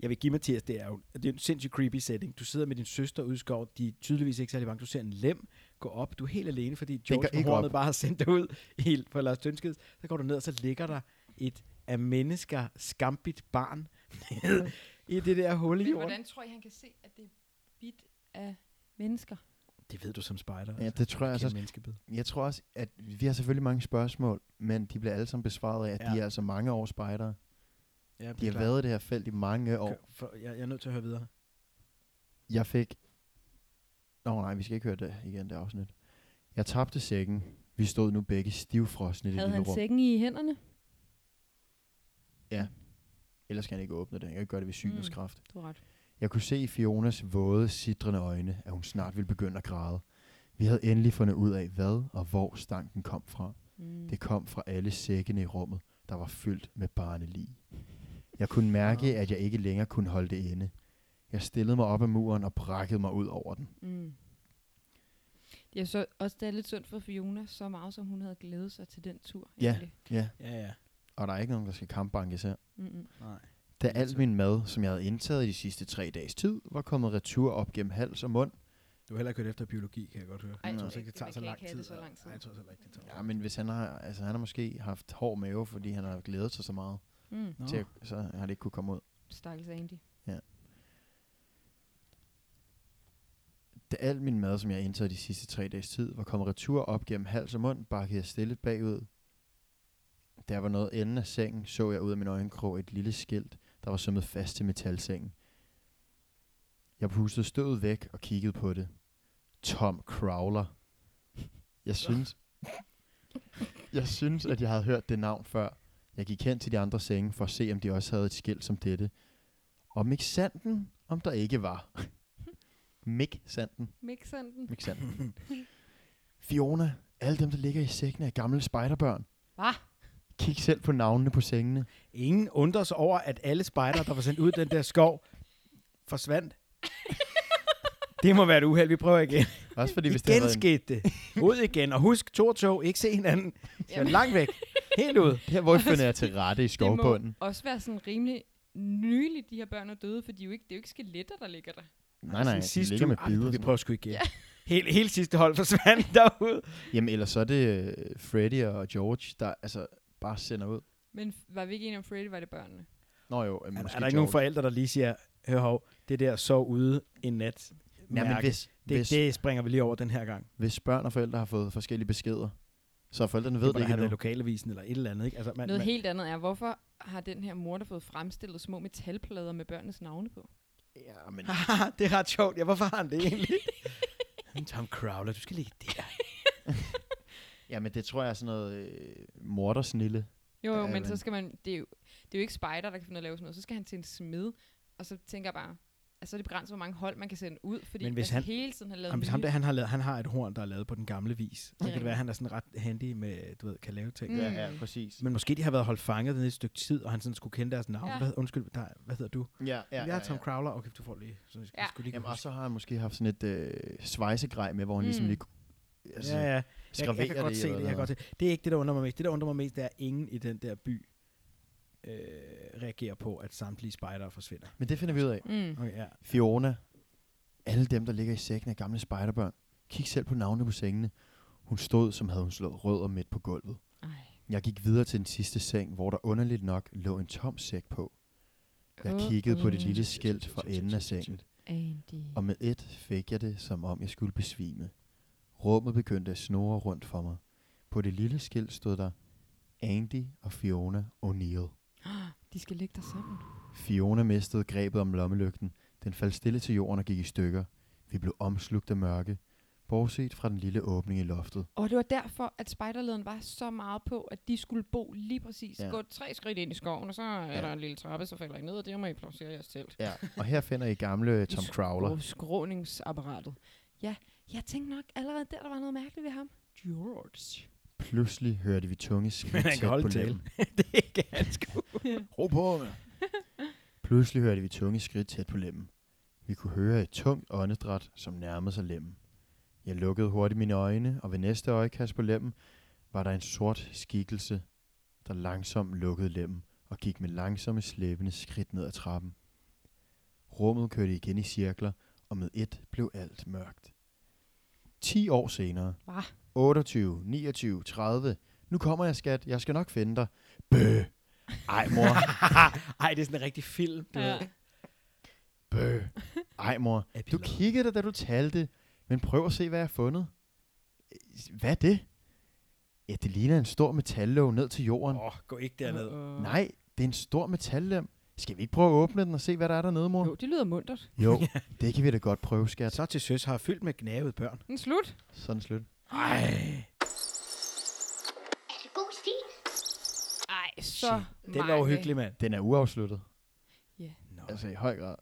B: Jeg vil give Mathias, det er jo det er en sindssygt creepy setting. Du sidder med din søster ude i skoven, de er tydeligvis ikke særlig bange. Du ser en lem gå op, du er helt alene, fordi George
C: går
B: med
C: ikke
B: hornet
C: op.
B: bare har sendt dig ud helt på Lars Tønsked. Så går du ned, og så ligger der et af mennesker skambit barn nede i det der hul i
D: Men
B: jorden.
D: hvordan tror I, han kan se, at det er bidt af mennesker?
B: Det ved du som spejder.
C: Ja, det tror jeg
B: altså.
C: altså.
B: Kæmpe menneskebid.
C: Jeg tror også, at vi har selvfølgelig mange spørgsmål, men de bliver alle sammen besvaret af, at
B: Ja.
C: ja. de er altså mange år spejdere.
B: Ja, det
C: De
B: er
C: har
B: klart.
C: været i det her felt i mange år.
B: Kør- for- Jeg, jeg er nødt til at høre videre.
C: Jeg fik... Nå nej, vi skal ikke høre det igen, det afsnit. Jeg tabte sækken. Vi stod nu begge stivfrosne i det
D: Havde
C: lille
D: han
C: rum.
D: sækken i hænderne?
C: Ellers kan han ikke åbne den. Jeg kan ikke gøre det ved synets
D: Mm.
C: kraft.
D: Du har ret.
C: Jeg kunne se i Fionas våde, sidrende øjne, at hun snart ville begynde at græde. Vi havde endelig fundet ud af, hvad og hvor stanken kom fra.
D: Mm.
C: Det kom fra alle sækkene i rummet, der var fyldt med barnelig. Jeg kunne mærke, at jeg ikke længere kunne holde det inde. Jeg stillede mig op ad muren og brækkede mig ud over den.
D: Mm. Det er så også det er lidt synd for Fiona, så meget som hun havde glædet sig til den tur.
C: Ja.
D: egentlig.
C: Ja,
B: Ja, ja.
C: og der er ikke nogen, der skal kampbankes her.
D: Mm-mm.
B: Nej.
C: Da alt min mad, som jeg havde indtaget i de sidste tre dages tid, var kommet retur op gennem hals og mund.
B: Du har heller ikke hørt efter biologi, kan jeg godt høre.
D: Ej,
B: jeg
D: jeg
B: tror
D: tror
B: så ikke, det
D: ikke,
B: tager
D: man
B: så
D: kan
B: lang
D: ikke
B: tid.
D: have det så lang tid.
B: Nej, jeg tror så heller ikke, det tager
C: Ja, men hvis han har, altså, han har måske haft hård mave, fordi han har glædet sig så meget,
D: Mm.
B: Nå.
C: til, at, så har det ikke kunne komme ud.
D: Stakkels Andy.
C: Da alt min mad, som jeg indtog de sidste tre dages tid, var kommet retur op gennem hals og mund, bakkede jeg stille bagud. Da jeg var nået enden af sengen, så jeg ud af min øjenkrog et lille skilt, der var sømmet fast til metalsengen. Jeg pustede støvet væk og kiggede på det. Tom Crowler. Jeg synes, jeg synes, at jeg havde hørt det navn før. Jeg gik hen til de andre senge for at se, om de også havde et skilt som dette. Og Mick Sanden, om der ikke var. Mick Sanden.
D: Mixanden.
C: Ikke sandt? Fiona, alle dem, der ligger i sækkene, er gamle spejderbørn.
D: Hva?
C: Kig selv på navnene på sengene.
B: Ingen undrer sig over, at alle spejder, der var sendt ud i den der skov, forsvandt. Det må være et uheld, vi prøver igen.
C: Også fordi, hvis det
B: Igen
C: havde været
B: skete
C: en,
B: det. Ud igen, og husk, to og tog, ikke se hinanden. Så
D: Jamen.
B: langt væk. Helt ud.
C: her, hvor finder jeg til rette i skovbunden?
D: Det må også være sådan rimelig nyligt, de her børn er døde, for de er jo ikke, det er jo ikke skeletter, der ligger der.
C: Nej, nej,
B: Sådan
C: de ligger med
B: uge- Altså, Ej,
C: billeder.
B: Vi
C: sådan
B: prøver sgu igen. Hele, hele sidste hold forsvandt derude.
C: noget. Jamen, ellers så er det øh, Freddy og George, der altså bare sender ud.
D: Men f- var vi ikke enige om Freddy, var det børnene?
C: Nå jo, øh,
B: Er,
C: måske
B: er der ikke nogen
C: George.
B: forældre, der lige siger, hør hov, det der sov ude en nat.
C: Ja, men
B: mærke,
C: hvis,
B: Det,
C: Hvis-
B: det springer vi lige over den her gang.
C: Hvis børn og forældre har fået forskellige beskeder, så forældrene ved
B: Det
C: det,
B: må da
C: ikke
B: have været
C: endnu.
B: lokalavisen eller et eller andet. Ikke? Altså, man,
D: Noget
B: man,
D: helt andet er, hvorfor har den her mor, der fået fremstillet små metalplader med børnenes navne på?
C: Ja, men
B: Haha, det er ret sjovt. Ja, hvorfor har han det egentlig? Hmm, Tom Crowler, du skal ligge der.
C: Ja, men det tror jeg er sådan noget øh, mordersnille.
D: Jo, jo,
C: Ja,
D: men, men så
C: men-
D: skal man, det er, jo, det er jo ikke spider, der kan finde ud af at lave sådan noget. Så skal han til en smed, og så tænker jeg bare, altså så er det begrænset, hvor mange hold man kan sende ud, fordi
B: Men hvis
D: altså,
B: han-
D: hele tiden har lavet
B: Jamen, hvis ham
D: nye-
B: der, han, har lavet, han har et horn, der er lavet på den gamle vis. Så kan det
D: rigtigt.
B: være, at han er sådan ret handy med, du ved, kan lave ting.
D: Mm.
B: Mm.
C: Ja, ja, præcis.
B: Men måske de har været holdt fanget nede i et stykke tid, og han sådan skulle kende deres navn.
D: Ja.
B: Ja. Hvad, undskyld, der, hvad hedder du?
C: Ja, ja,
B: Ja,
C: ja,
B: jeg er Tom
C: ja.
B: Crowler. Okay, du får lige... Så jeg skal,
D: Ja.
B: ja. skulle lige
C: Jamen,
B: kunne
C: og så har han måske haft sådan et øh, svejsegrej med, hvor han mm. ligesom
D: Mm.
C: lige
B: huske-
C: altså,
B: Ja, ja. Jeg,
C: skraverer
B: jeg, kan godt
C: det,
B: se
C: eller
B: det. Jeg kan
C: noget.
B: godt se. Det er ikke det, der undrer mig mest. Det, der undrer mig mest, det er, at ingen i den der by øh, reagerer på, at samtlige spejdere forsvinder.
C: Men det finder vi ud af.
D: Mm.
B: Okay, ja.
C: Fiona, alle dem, der ligger i sækken af gamle spejderbørn, kig selv på navnene på sengene. Hun stod, som havde hun slået rødder midt på gulvet.
D: Ej.
C: Jeg gik videre til den sidste seng, hvor der underligt nok lå en tom sæk på. Jeg kiggede på det lille skilt for enden af sengen,
D: Andy.
C: og med et fik jeg det, som om jeg skulle besvime. Rummet begyndte at snore rundt for mig. På det lille skilt stod der Andy og Fiona O'Neill.
D: Ah, De skal ligge der sammen.
C: Fiona mistede grebet om lommelygten. Den faldt stille til jorden og gik i stykker. Vi blev omslugt af mørke, bortset fra den lille åbning i loftet.
D: Og det var derfor, at spejderlederen var så meget på, at de skulle bo lige præcis.
C: Ja.
D: Ja. Gå tre skridt ind i skoven, og så er
C: Ja.
D: ja. der en lille trappe, så falder I ned, og der må I placere jeres telt.
C: Ja. Og her finder I gamle Tom
D: I sk-
C: Crowler.
D: Og skråningsapparatet. Ja, jeg tænkte nok allerede der, der var noget mærkeligt ved ham. George.
C: Pludselig hørte vi tunge
B: Men
C: skridt
B: han kan
C: tæt på
B: holde tale.
C: læben.
B: det kan han sgu.
C: Ro på, med. Pludselig hørte vi tunge skridt tæt på lemmen. Vi kunne høre et tungt åndedræt, som nærmede sig lemmen. Jeg lukkede hurtigt mine øjne, og ved næste øjekast på lemmen var der en sort skikkelse, der langsomt lukkede lemmen og gik med langsomme slæbende skridt ned ad trappen. Rummet kørte igen i cirkler, og med et blev alt mørkt. 10 år senere.
D: Hva?
C: 28, 29, 30. Nu kommer jeg, skat. Jeg skal nok finde dig. Bøh. Ej, mor.
B: Ej, det er sådan en rigtig film. Du ja. ved.
C: Bøh. Øh. Ej, mor. Du
B: Epilogue.
C: kiggede da, da du talte, men prøv at se, hvad jeg har fundet. Øh, Hvad er det? Ja, det ligner en stor metallåg ned til jorden.
B: Åh, oh, gå ikke derned.
D: Uh-uh.
C: Nej, det er en stor metallem. Skal vi ikke prøve at åbne den og se, hvad der er dernede, mor?
D: Jo, det lyder muntert.
C: jo det kan vi da godt prøve, skat.
B: Så til søs har jeg fyldt med gnavet børn.
D: Den er slut.
C: Sådan slut.
B: Ej.
A: Altså god stil.
D: Ej, så
B: Shit, Den var
D: mange.
B: uhyggelig, mand.
C: Den er uafsluttet.
B: Nå.
C: Altså i høj grad.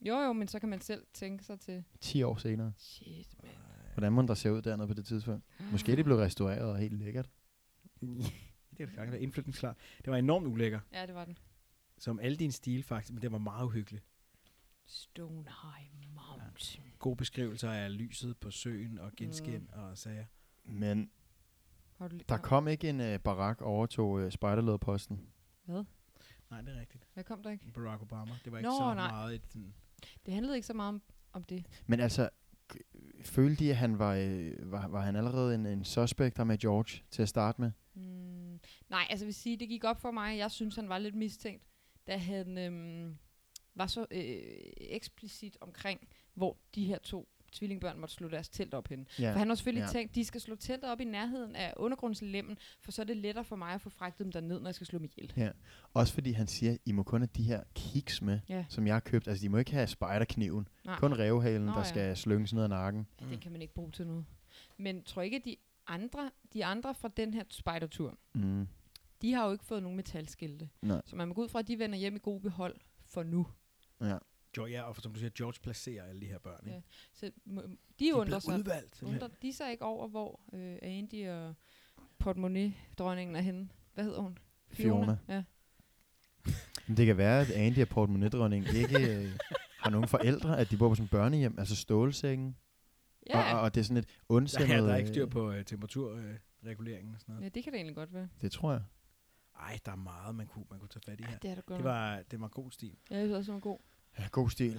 D: Jo, jo, men så kan man selv tænke sig til...
C: 10 år senere.
D: Shit, mand.
C: Hvordan må der se ud dernede på det tidspunkt? Måske det blev restaureret og helt lækkert.
B: det er det gang, der er indflytningsklar. Det var enormt ulækker,
D: Ja, det var den.
B: som alle dine stil faktisk, men det var meget uhyggeligt.
D: Stonehenge Mountain.
B: Gode beskrivelser af lyset på søen og genskin mm. og sager.
C: Men
D: Har du lidt
C: der kom ikke en øh, barak overtog øh, spejderlederposten.
D: Hvad?
B: Nej, det er rigtigt.
D: Hvad kom der ikke?
B: Barack Obama. Det var ikke
D: Nå,
B: så
D: nej.
B: meget et... Sådan,
D: Det handlede ikke så meget om, om det.
C: Men altså, k- følte de, at han var, øh, var, var han allerede en, en suspect der med George til at starte med?
D: Mm, nej, altså jeg vil sige, det gik op for mig. Jeg synes, han var lidt mistænkt, da han øhm, var så øh, eksplicit omkring, hvor de her to tvillingbørn måtte slå deres telt op henne. Ja. For han har selvfølgelig
C: ja.
D: ja. tænkt, de skal slå teltet op i nærheden af undergrundslemmen, for så er det lettere for mig at få fragtet dem derned, når jeg skal slå dem ihjel.
C: Også fordi han siger, I må kun have de her kiks med,
D: Ja.
C: som jeg har købt. Altså, de må ikke have spejderkniven.
D: Nej.
C: Kun rævehalen,
D: Nå,
C: der
D: ja.
C: skal slynges ned ad nakken.
D: Ja, den kan man ikke bruge til noget. Men tror ikke, at de andre, de andre fra den her spejdertur,
C: Mm.
D: de har jo ikke fået nogen metalskilte.
C: Nej.
D: Så man må gå ud fra, at de vender hjem i god behold for nu.
B: George, ja, og som du siger, George placerer alle de her børn. Ikke?
D: Ja,
B: Ja,
D: Så må, de,
B: de
D: de
B: er
D: undrer
B: blevet
D: sig.
B: udvalgt. simpelthen.
D: Undrer de sig ikke over, hvor øh, Andy og portemonnaie-dronningen er henne? Hvad hedder hun?
C: Fiona.
D: Ja.
C: Men det kan være, at Andy og portemonnaie ikke øh, har nogen forældre, at de bor på sådan en børnehjem, altså stålsækken.
D: Ja.
C: Og, og, og, det er sådan et
B: Der,
C: ondsindet...
B: ja, der er ikke
C: øh,
B: styr på øh, temperaturreguleringen og sådan noget.
D: ja, det kan det egentlig godt være.
C: øh, Det tror jeg.
B: Ej, der er meget, man kunne, man kunne tage fat i
D: Ja,
B: her.
D: det er da godt.
B: Det
D: nok.
B: var, det var god stil.
D: Ja, det var også god.
C: Ja, god stil.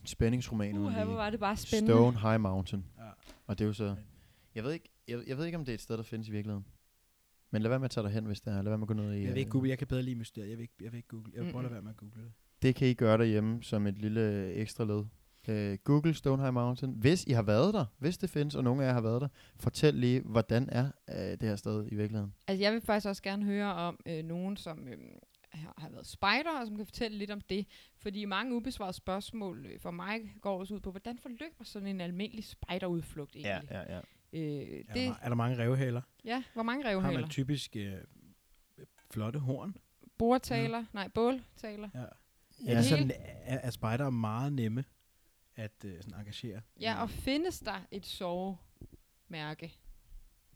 C: En spændingsroman. uden
D: Uha,
C: lige.
D: hvor var det bare spændende.
C: Stone High Mountain.
B: Ja.
C: Og det er jo så... Jeg ved, ikke, jeg, jeg ved ikke, om det er et sted, der findes i virkeligheden. Men lad være med at tage dig hen, hvis der er. Lad være med at gå ned i...
B: Jeg vil ikke
C: øh,
B: google, jeg kan bedre lide mysterier. Jeg vil ikke, jeg vil ikke google. Jeg vil prøve at lade
D: Mm-mm.
B: være med at google det.
C: Det kan I gøre derhjemme som et lille øh, ekstra led. Øh, Google Stonehenge Mountain. Hvis I har været der, hvis det findes, og nogen af jer har været der, fortæl lige, hvordan er øh, det her sted i virkeligheden.
D: Altså, jeg vil faktisk også gerne høre om øh, nogen, som øh, har har været spejder, og som kan fortælle lidt om det. Fordi mange ubesvarede spørgsmål øh, for mig går også ud på, hvordan forløber sådan en almindelig spejderudflugt egentlig?
C: ja, ja.
D: Ja. Øh,
B: Er, der,
D: det,
B: ma- er der mange revhaler?
D: ja, hvor mange
B: Har
D: revhaler?
B: man typisk øh, flotte horn?
D: Bordtaler? Nej, båltaler.
B: Ja.
C: Ja.
B: Ja. Er,
D: det-
B: sådan, er, er spejdere meget nemme at øh, sådan engagere?
D: Ja, og findes der et sovemærke?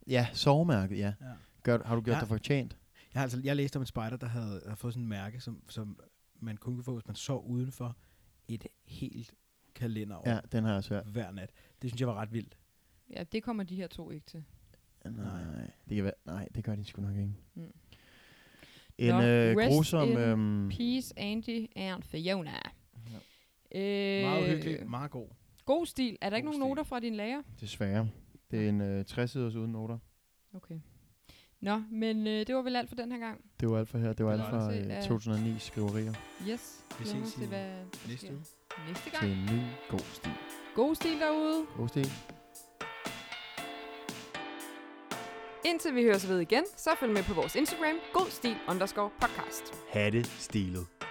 C: ja sovemærket, ja.
B: Ja.
C: Gør, har du gjort
B: Ja.
C: ja. dig fortjent?
B: Jeg, har altså, jeg læste om en spejder, der havde, havde fået sådan en mærke, som, som man kun kunne få, hvis man sov udenfor et helt kalenderår
C: Ja, den har jeg også hørt.
B: hver nat. Det synes jeg var ret vildt.
D: Ja, det kommer de her to ikke til.
B: Nej.
C: Nej, det, kan være, nej, det gør de sgu nok ikke.
D: Mm.
C: En
D: Nå,
C: øh,
D: rest
C: grusom...
D: in
B: Mm.
C: Øhm,
D: Peace, Andy and Fiona.
C: Ja.
D: Øh,
B: Meget hyggeligt, meget god.
D: God stil. Er der ikke
B: God
D: nogen
B: stil.
D: noter fra din lærer?
C: desværre. Det er en øh, 60-siders uden noter.
D: Okay. Nå, men øh, det var vel alt for den her gang.
C: Det var alt for her. Det var
B: Det
C: alt
B: var
C: fra
D: det.
C: øh,
D: Ja.
C: 2009 skriverier
D: Yes.
B: Vi
D: glæder mig
B: ses
D: til,
B: i
D: hvad der
B: Næste
D: sker
B: uge.
D: næste
C: til
D: gang.
C: en ny god stil.
D: God stil derude.
C: God stil.
D: Indtil vi høres ved igen, så følg med på vores Instagram, godstil underscore podcast.
E: Hatte stilet.